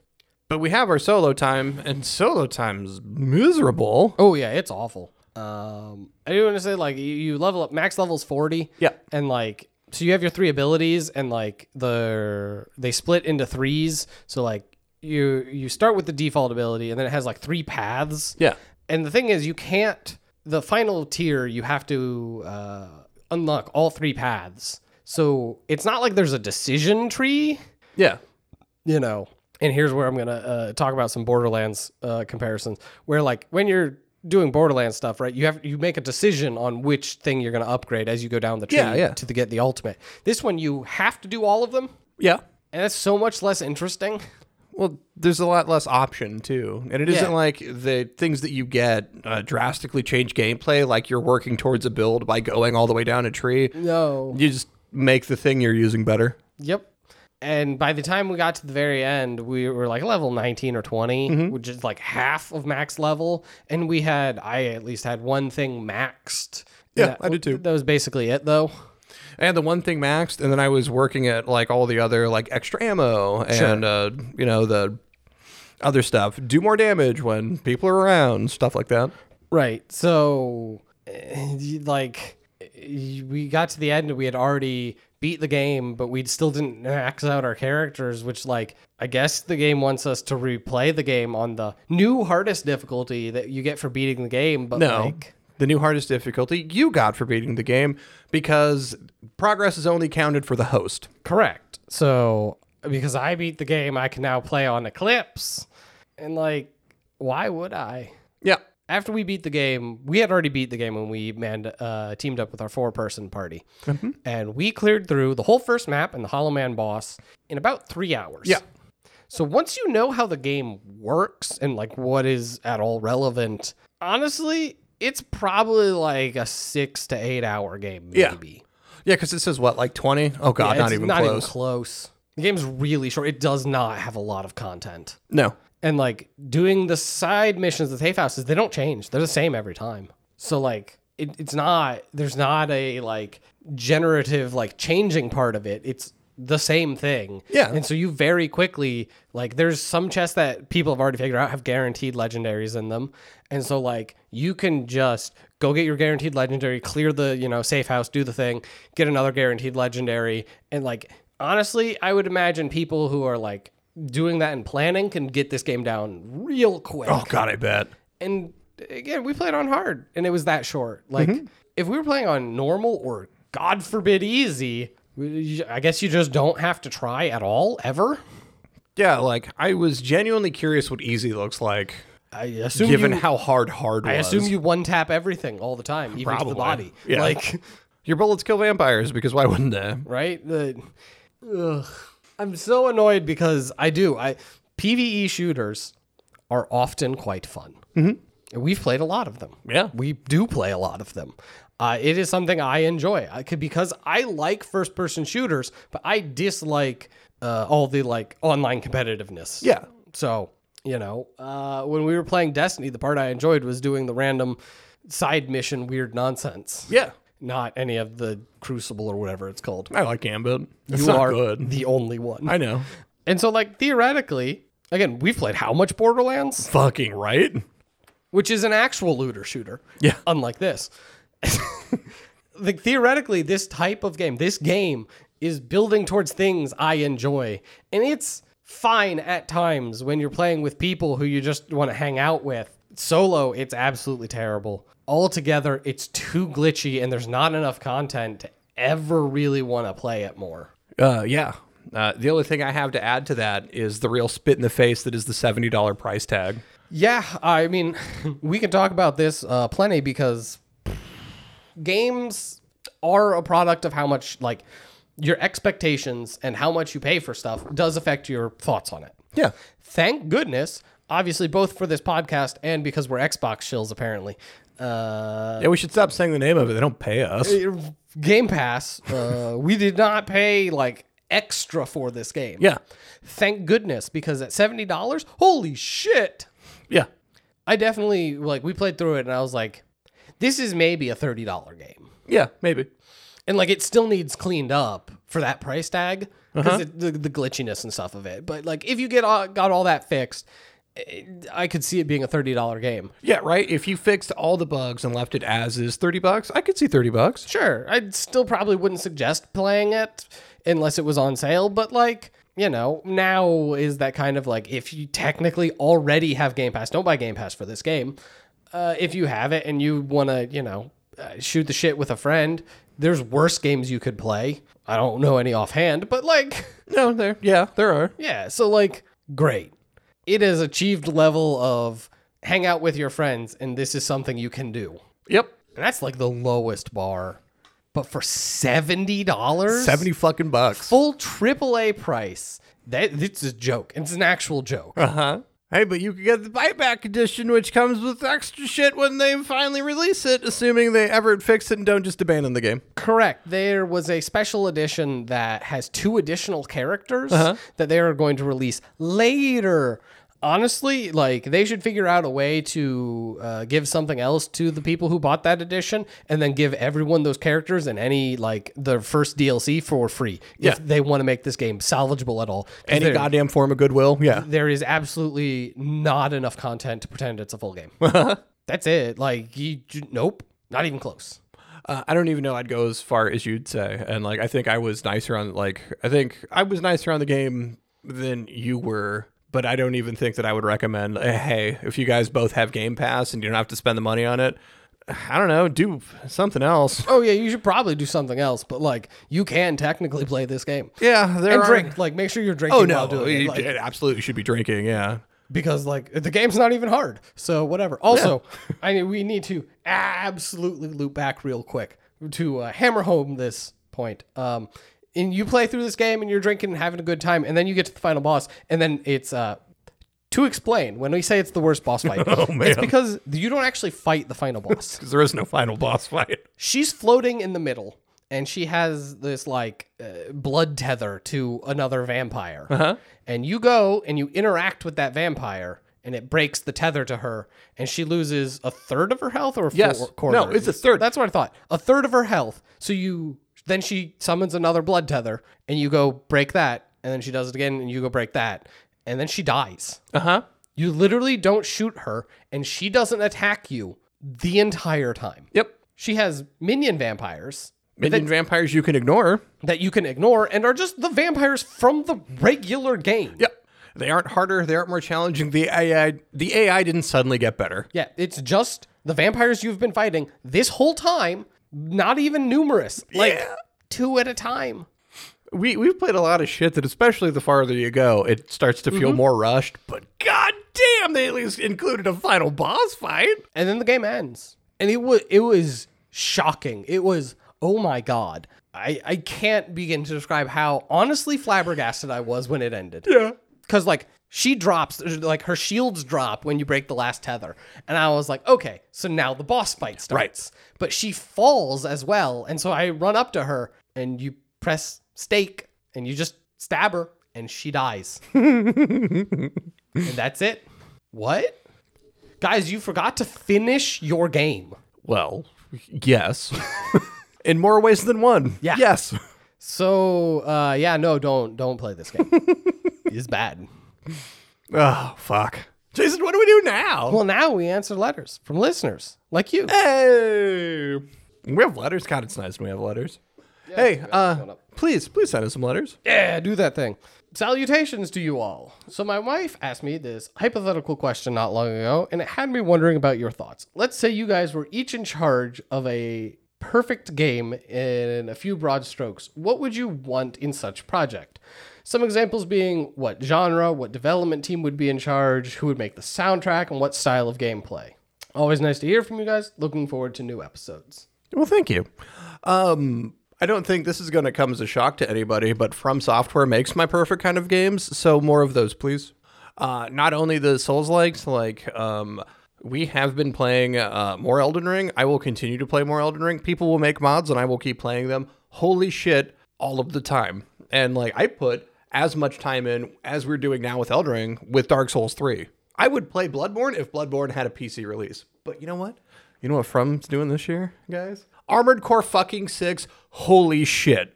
but we have our solo time, and solo time's miserable.
Oh yeah, it's awful. Um, I do want to say like you, you level up max levels forty.
Yeah.
and like so you have your three abilities and like the they split into threes. So like you you start with the default ability and then it has like three paths.
Yeah.
and the thing is you can't the final tier you have to uh, unlock all three paths. So it's not like there's a decision tree.
Yeah.
you know, and here's where I'm gonna uh, talk about some Borderlands uh, comparisons, where like when you're doing Borderlands stuff, right, you have you make a decision on which thing you're gonna upgrade as you go down the tree
Yeah, yeah.
to the, get the ultimate. This one you have to do all of them,
Yeah.
and that's so much less interesting.
Well, there's a lot less option too, and it isn't
Yeah.
like the things that you get uh, drastically change gameplay. Like you're working towards a build by going all the way down a tree.
No.
You just make the thing you're using better.
Yep. And by the time we got to the very end, we were like level 19 or 20,
Mm-hmm.
which is like half of max level. And we had, I at least had one thing maxed.
Yeah,
That-
I did too.
That was basically it, though.
I had the one thing maxed, and then I was working at like all the other like extra ammo and uh, you know the other stuff. Do more damage when people are around, stuff like that.
Right. So, eh, you- like, eh, we got to the end and we had already beat the game, but we still didn't max out our characters, which, like, I guess the game wants us to replay the game on the new hardest difficulty that you get for beating the game. But,
No.
like,
the new hardest difficulty you got for beating the game because progress is only counted for the host.
correct. So, because I beat the game, I can now play on Eclipse. And, like, why would I?
Yeah.
After we beat the game, we had already beat the game when we manned, uh, teamed up with our four person party.
Mm-hmm.
And we cleared through the whole first map and the Hollow Man boss in about three hours.
Yeah.
So once you know how the game works and like what is at all relevant, honestly, it's probably like a six to eight hour game,
Yeah.
maybe.
Yeah, because it says what, like twenty? Oh god,
It's
not even close.
close. The game's really short. It does not have a lot of content.
no.
and like doing the side missions the safe houses they don't change they're the same every time so like it, it's not there's not a like generative like changing part of it it's the same thing
Yeah.
and so you very quickly like there's some chests that people have already figured out have guaranteed legendaries in them and so like you can just go get your guaranteed legendary clear the you know safe house do the thing get another guaranteed legendary and like honestly i would imagine people who are like doing that and planning can get this game down real quick
Oh god, I bet.
And again, we played on hard, and it was that short. Like if we were playing on normal or God forbid easy, we- I guess you just don't have to try at all ever.
Yeah, like I was genuinely curious what easy looks like,
I assume
given
you,
how hard hard was.
I assume you one tap everything all the time, even to
Probably.
the body.
Yeah.
Like
your bullets kill vampires because why wouldn't they?
right? The ugh. I'm so annoyed because I do. I PVE shooters are often quite fun. Mm-hmm. We've played a lot of them.
Yeah.
we do play a lot of them. Uh, it is something I enjoy. I could because I like first person shooters, but I dislike uh, all the like online competitiveness.
Yeah.
So, you know, uh, when we were playing Destiny, the part I enjoyed was doing the random side mission weird nonsense.
Yeah,
Not any of the Crucible or whatever it's called.
I like Gambit. It's
you
not
are
good.
the only one.
I know.
and so, like, theoretically, again, we've played how much Borderlands?
Fucking right.
Which is an actual looter shooter.
Yeah.
Unlike this. like, theoretically, this type of game, this game is building towards things I enjoy. And it's fine at times when you're playing with people who you just want to hang out with. Solo, it's absolutely terrible. Altogether, it's too glitchy and there's not enough content to ever really want to play it more.
Uh, yeah. Uh, the only thing I have to add to that is the real spit in the face that is the seventy dollar price tag.
Yeah, I mean, we can talk about this uh, plenty because games are a product of how much like your expectations and how much you pay for stuff does affect your thoughts on it.
Yeah.
Thank goodness, obviously, both for this podcast and because we're Xbox shills apparently. Uh,
Yeah, we should stop saying the name of it. They don't pay us.
Game Pass, uh, we did not pay like extra for this game.
Yeah.
Thank goodness because at seventy dollars, holy shit.
Yeah.
I definitely like we played through it and I was like, this is maybe a thirty dollar game,
Yeah. Maybe.
and like it still needs cleaned up for that price tag because the, the glitchiness and stuff of it. But like if you get all, got all that fixed, it, I could see it being a thirty dollar game.
Yeah. Right. If you fixed all the bugs and left it as is, thirty bucks. I could see thirty bucks.
Sure, I still probably wouldn't suggest playing it unless it was on sale. But like you know, now is that kind of like if you technically already have Game Pass, don't buy Game Pass for this game. Uh, if you have it and you want to, you know, uh, shoot the shit with a friend, there's worse games you could play. I don't know any offhand, but like,
No, there. Yeah, there are.
yeah. So like, great. It has achieved level of hang out with your friends, and this is something you can do.
Yep.
And that's like the lowest bar. But for seventy dollars,
Seventy fucking bucks.
full AAA price. That it's a joke. It's an actual joke.
Uh huh. Hey, but you can get the buyback edition, which comes with extra shit when they finally release it, assuming they ever fix it and don't just abandon the game.
Correct. There was a special edition that has two additional characters
Uh-huh.
that they are going to release later. Honestly, like they should figure out a way to uh, give something else to the people who bought that edition, and then give everyone those characters and any like their first DLC for free
Yeah.
if they want to make this game salvageable at all. 'Cause
Any
they're-
goddamn form of goodwill. Yeah.
there is absolutely not enough content to pretend it's a full game. That's it. Like you, you- nope, not even close.
Uh, I don't even know I'd go as far as you'd say. And like, I think I was nicer on, like, I think I was nicer on the game than you were. But I don't even think that I would recommend. uh, Hey, if you guys both have Game Pass and you don't have to spend the money on it, I don't know, do something else.
Oh yeah, you should probably do something else, but like you can technically play this game.
Yeah, there
And
are.
drink, like make sure you're drinking
Oh
while
no,
doing it,
you-
like,
it absolutely should be drinking. Yeah.
because like the game's not even hard. So whatever. Also, I mean, we need to absolutely loop back real quick to uh, hammer home this point. Um, and you play through this game and you're drinking and having a good time, and then you get to the final boss, and then it's uh, to explain when we say it's the worst boss fight.
Oh,
It's because you don't actually fight the final boss.
because there is no final boss fight.
she's floating in the middle and she has this like uh, blood tether to another vampire
Uh-huh.
and you go and you interact with that vampire and it breaks the tether to her and she loses a third of her health or a
Yes.
four-
No,
quarter
it's a third.
that's what i thought a third of her health so you then she summons another blood tether and you go break that and then she does it again and you go break that and then she dies
Uh huh.
you literally don't shoot her and she doesn't attack you the entire time
Yep.
she has minion vampires
Minion vampires you can ignore.
that you can ignore and are just the vampires from the regular game.
Yep. They aren't harder. They aren't more challenging. The AI, the AI didn't suddenly get better.
Yeah, it's just the vampires you've been fighting this whole time, not even numerous, like
Yeah.
two at a time.
We we've played a lot of shit that, especially the farther you go, it starts to
Mm-hmm.
feel more rushed. But god damn, they at least included a final boss fight.
And then the game ends. And it was it was shocking. It was oh my god. I I can't begin to describe how honestly flabbergasted I was when it ended.
Yeah.
Cuz like she drops like her shields drop when you break the last tether. And I was like, "Okay, so now the boss fight starts." But she falls as well. And so I run up to her and you press stake and you just stab her and she dies. and that's it. What? Guys, you forgot to finish your game.
Well, yes, in more ways than one.
Yeah.
Yes.
So uh, yeah, no, don't don't play this game. it's bad.
Oh fuck, Jason, what do we do now?
Well, now we answer letters from listeners like you.
Hey, we have letters. God, it's nice when we have letters. hey, uh, please, please send us some letters.
Yeah, do that thing. Salutations to you all. So my wife asked me this hypothetical question not long ago, and it had me wondering about your thoughts. Let's say you guys were each in charge of a perfect game in a few broad strokes. What would you want in such project? Some examples being what genre, what development team would be in charge, who would make the soundtrack, and what style of gameplay. Always nice to hear from you guys. Looking forward to new episodes.
Well, thank you. Um, I don't think this is going to come as a shock to anybody, but From Software makes my perfect kind of games, so more of those, please. Uh, not only the Souls likes, like um, we have been playing uh, more Elden Ring. I will continue to play more Elden Ring. People will make mods, and I will keep playing them. Holy shit, all of the time. And like I put as much time in as we're doing now with Elden Ring with Dark Souls Three. I would play Bloodborne if Bloodborne had a PC release, but you know what? You know what From's doing this year, guys? Armored Core fucking six. Holy shit.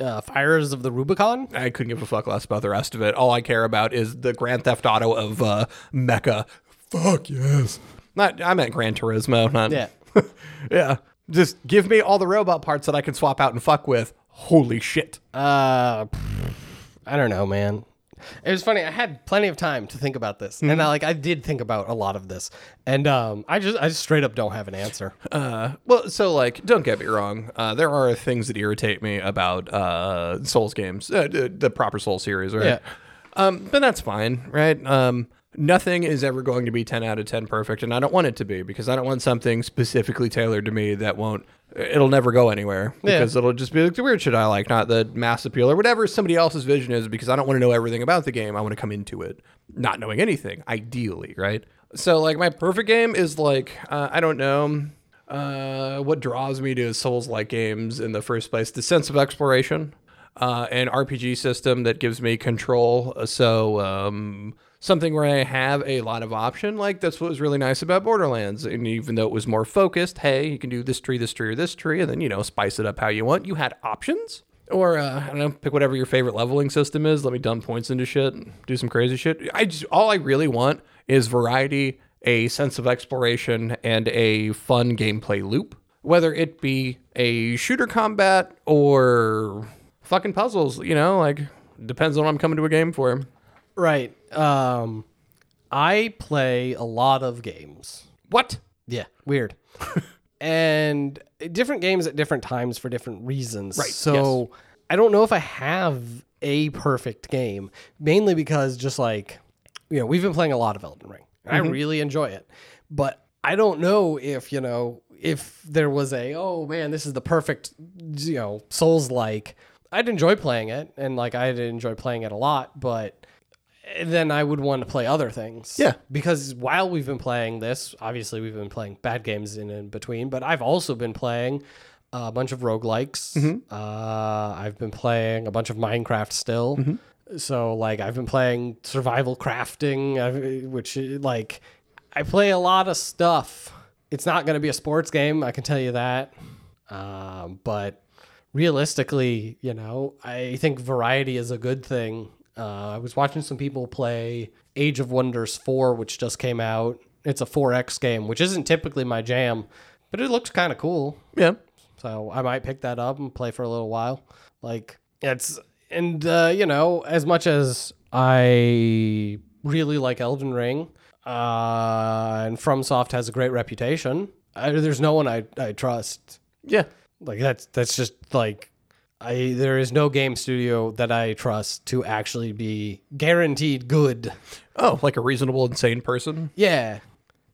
Uh, Fires of the Rubicon.
I couldn't give a fuck less about the rest of it. All I care about is the Grand Theft Auto of uh, Mecca. Fuck yes. Not I meant Gran Turismo, not
Yeah.
yeah. Just give me all the robot parts that I can swap out and fuck with. Holy shit.
Uh, pff, I don't know, man. It was funny. I had plenty of time to think about this, and I like I did think about a lot of this, and um, I just I just straight up don't have an answer.
Uh, well, so like, don't get me wrong. Uh, there are things that irritate me about uh, Souls games, uh, the the proper Soul series, right?
Yeah.
Um, but that's fine, right? Um, nothing is ever going to be ten out of ten perfect, and I don't want it to be because I don't want something specifically tailored to me that won't. It'll never go anywhere because it'll just be like the weird shit I like, not the mass appeal or whatever somebody else's vision is. Because I don't want to know everything about the game. I want to come into it not knowing anything, ideally, right? So like, my perfect game is like uh, I don't know uh, what draws me to Souls like games in the first place the sense of exploration, uh, an RPG system that gives me control. Uh, So, um, something where I have a lot of option. Like, that's what was really nice about Borderlands. And even though it was more focused, hey, you can do this tree, this tree, or this tree, and then, you know, spice it up how you want, you had options. Or, uh, I don't know, pick whatever your favorite leveling system is. Let me dump points into shit, and do some crazy shit. I just, all I really want is variety a sense of exploration and a fun gameplay loop, whether it be a shooter combat or fucking puzzles, you know, like depends on what I'm coming to a game for.
Right. Um, I play a lot of games.
What?
Yeah, weird. and different games at different times for different reasons. Right. So I don't know if I have a perfect game, mainly because just like, you know, we've been playing a lot of Elden Ring. and I really enjoy it. But I don't know if, you know, if there was a, oh man, this is the perfect, you know, Souls like, I'd enjoy playing it. And like, I'd enjoy playing it a lot. But then I would want to play other things.
Yeah.
Because while we've been playing this, obviously we've been playing bad games in, in between, but I've also been playing a bunch of roguelikes. Uh, I've been playing a bunch of Minecraft still. So, like, I've been playing survival crafting, I've- which, like, I play a lot of stuff. It's not going to be a sports game, I can tell you that. Um, but realistically, you know, I think variety is a good thing. Uh, I was watching some people play Age of Wonders 4, which just came out. It's a 4X game, which isn't typically my jam, but it looks kind of cool.
Yeah.
So I might pick that up and play for a little while. Like, it's, and, uh, you know, as much as I really like Elden Ring, uh, and FromSoft has a great reputation. I, there's no one I, I trust.
Yeah.
Like that's that's just like I there is no game studio that I trust to actually be guaranteed good.
Oh, like a reasonable, insane person.
Yeah.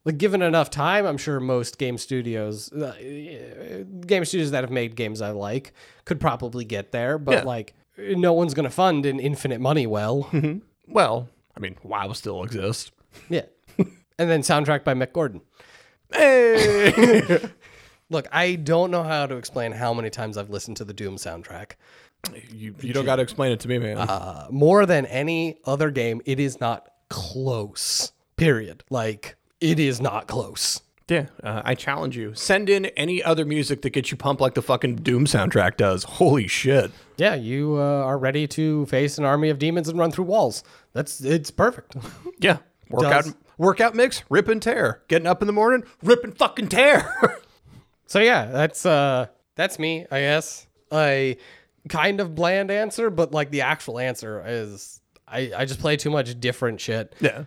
Like given enough time, I'm sure most game studios, uh, eh, game studios that have made games I like, could probably get there. But
Yeah.
like, eh, no one's gonna fund an infinite money well.
Well, I mean, WoW still exists.
yeah. And then soundtrack by Mick Gordon.
Hey.
Look, I don't know how to explain how many times I've listened to the Doom soundtrack.
you, you don't got to explain it to me, man.
Uh, more than any other game, it is not close. Period. Like it is not close.
yeah. Uh, I challenge you. Send in any other music that gets you pumped like the fucking Doom soundtrack does. Holy shit.
Yeah, you uh, are ready to face an army of demons and run through walls. That's it's perfect.
Yeah. Workout
Does-
workout mix, rip and tear. Getting up in the morning, rip and fucking tear.
so yeah, that's uh that's me, I guess. A kind of bland answer, but like the actual answer is I I just play too much different shit.
yeah.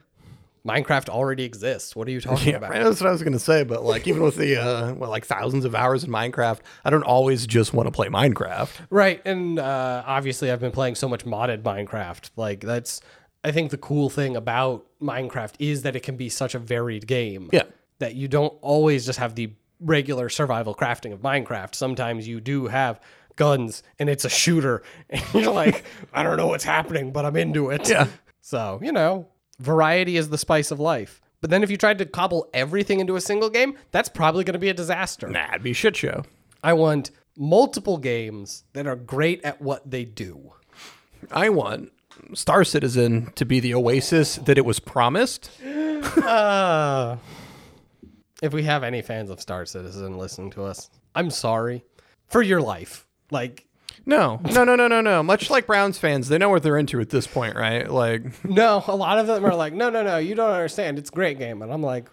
Minecraft already exists. What are you talking
Yeah,
about?
right, that's what I was gonna say. But like, even with the uh, well, like thousands of hours in Minecraft, I don't always just want to play Minecraft.
Right, and uh, obviously I've been playing so much modded Minecraft. Like that's, I think the cool thing about Minecraft is that it can be such a varied game.
Yeah.
That you don't always just have the regular survival crafting of Minecraft. Sometimes you do have guns, and it's a shooter, and you're like, I don't know what's happening, but I'm into it.
Yeah.
So you know, variety is the spice of life. But then if you tried to cobble everything into a single game, that's probably going to be a disaster.
Nah, it'd be a shit show.
I want multiple games that are great at what they do.
I want Star Citizen to be the oasis that it was promised.
Uh, if we have any fans of Star Citizen listening to us, I'm sorry for your life. Like,
No, no, no, no, no, no. Much like Browns fans, they know what they're into at this point, right? Like,
no, a lot of them are like, no, no, no, you don't understand. It's a great game. And I'm like,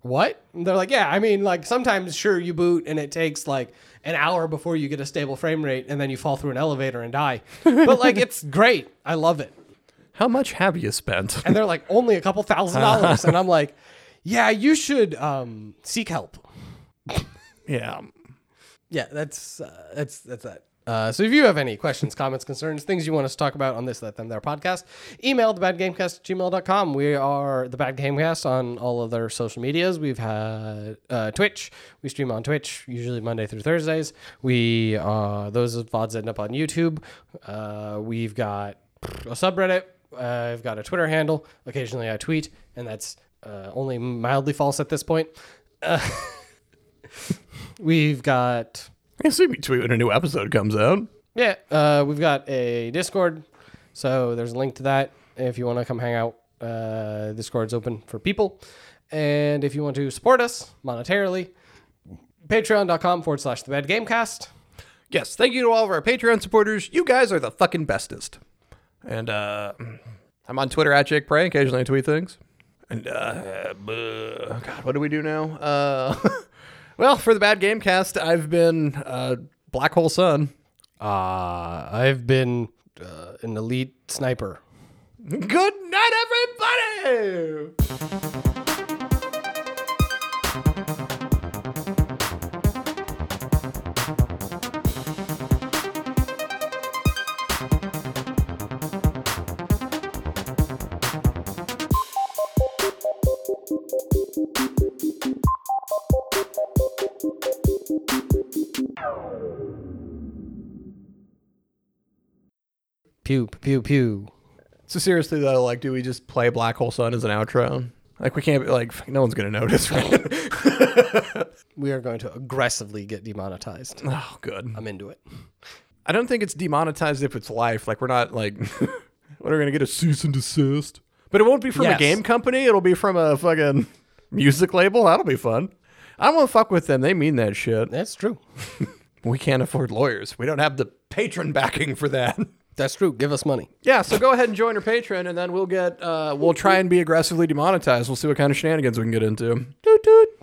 what? And they're like, yeah, I mean, like, sometimes, sure, you boot and it takes like an hour before you get a stable frame rate and then you fall through an elevator and die. But like, it's great. I love it.
how much have you spent?
and they're like only a couple thousand dollars and i'm like yeah you should um, seek help
yeah.
yeah that's uh, that's that's that uh, so if you have any questions comments concerns things you want us to talk about on this that them there podcast email the badgamecast gmail.com we are the bad gamecast on all of their social medias we've had uh, twitch we stream on twitch usually monday through thursdays we uh, those vods end up on youtube uh, we've got a subreddit Uh, I've got a Twitter handle. Occasionally I tweet, and that's uh, only mildly false at this point. Uh, we've got
I see me tweet when a new episode comes out.
yeah, uh, we've got a Discord. So there's a link to that if you want to come hang out. Uh, Discord's open for people, and if you want to support us monetarily, patreon.com forward slash the bad gamecast.
Yes, thank you to all of our Patreon supporters. You guys are the fucking bestest. And uh, I'm on Twitter at Jake Prey. Occasionally I tweet things. And uh, buh, God, what do we do now? Uh, well, for the bad game cast, I've been uh, Black Hole Sun.
Uh, I've been uh, an elite sniper.
Good night, everybody.
Pew pew pew.
So seriously though, like, do we just play Black Hole Sun as an outro? Like, we can't. Like, no one's gonna notice, right?
we are going to aggressively get demonetized.
oh, good.
I'm into it.
I don't think it's demonetized if it's life. Like we're not like what are we gonna get a cease and desist? But it won't be from
Yes.
a game company. It'll be from a fucking music label. That'll be fun. I don't want to fuck with them. They mean that shit.
That's true.
We can't afford lawyers. We don't have the patron backing for that.
That's true. Give us money.
yeah, so go ahead and join our patron, and then we'll get uh, we'll try and be aggressively demonetized. We'll see what kind of shenanigans we can get into. Doot doot.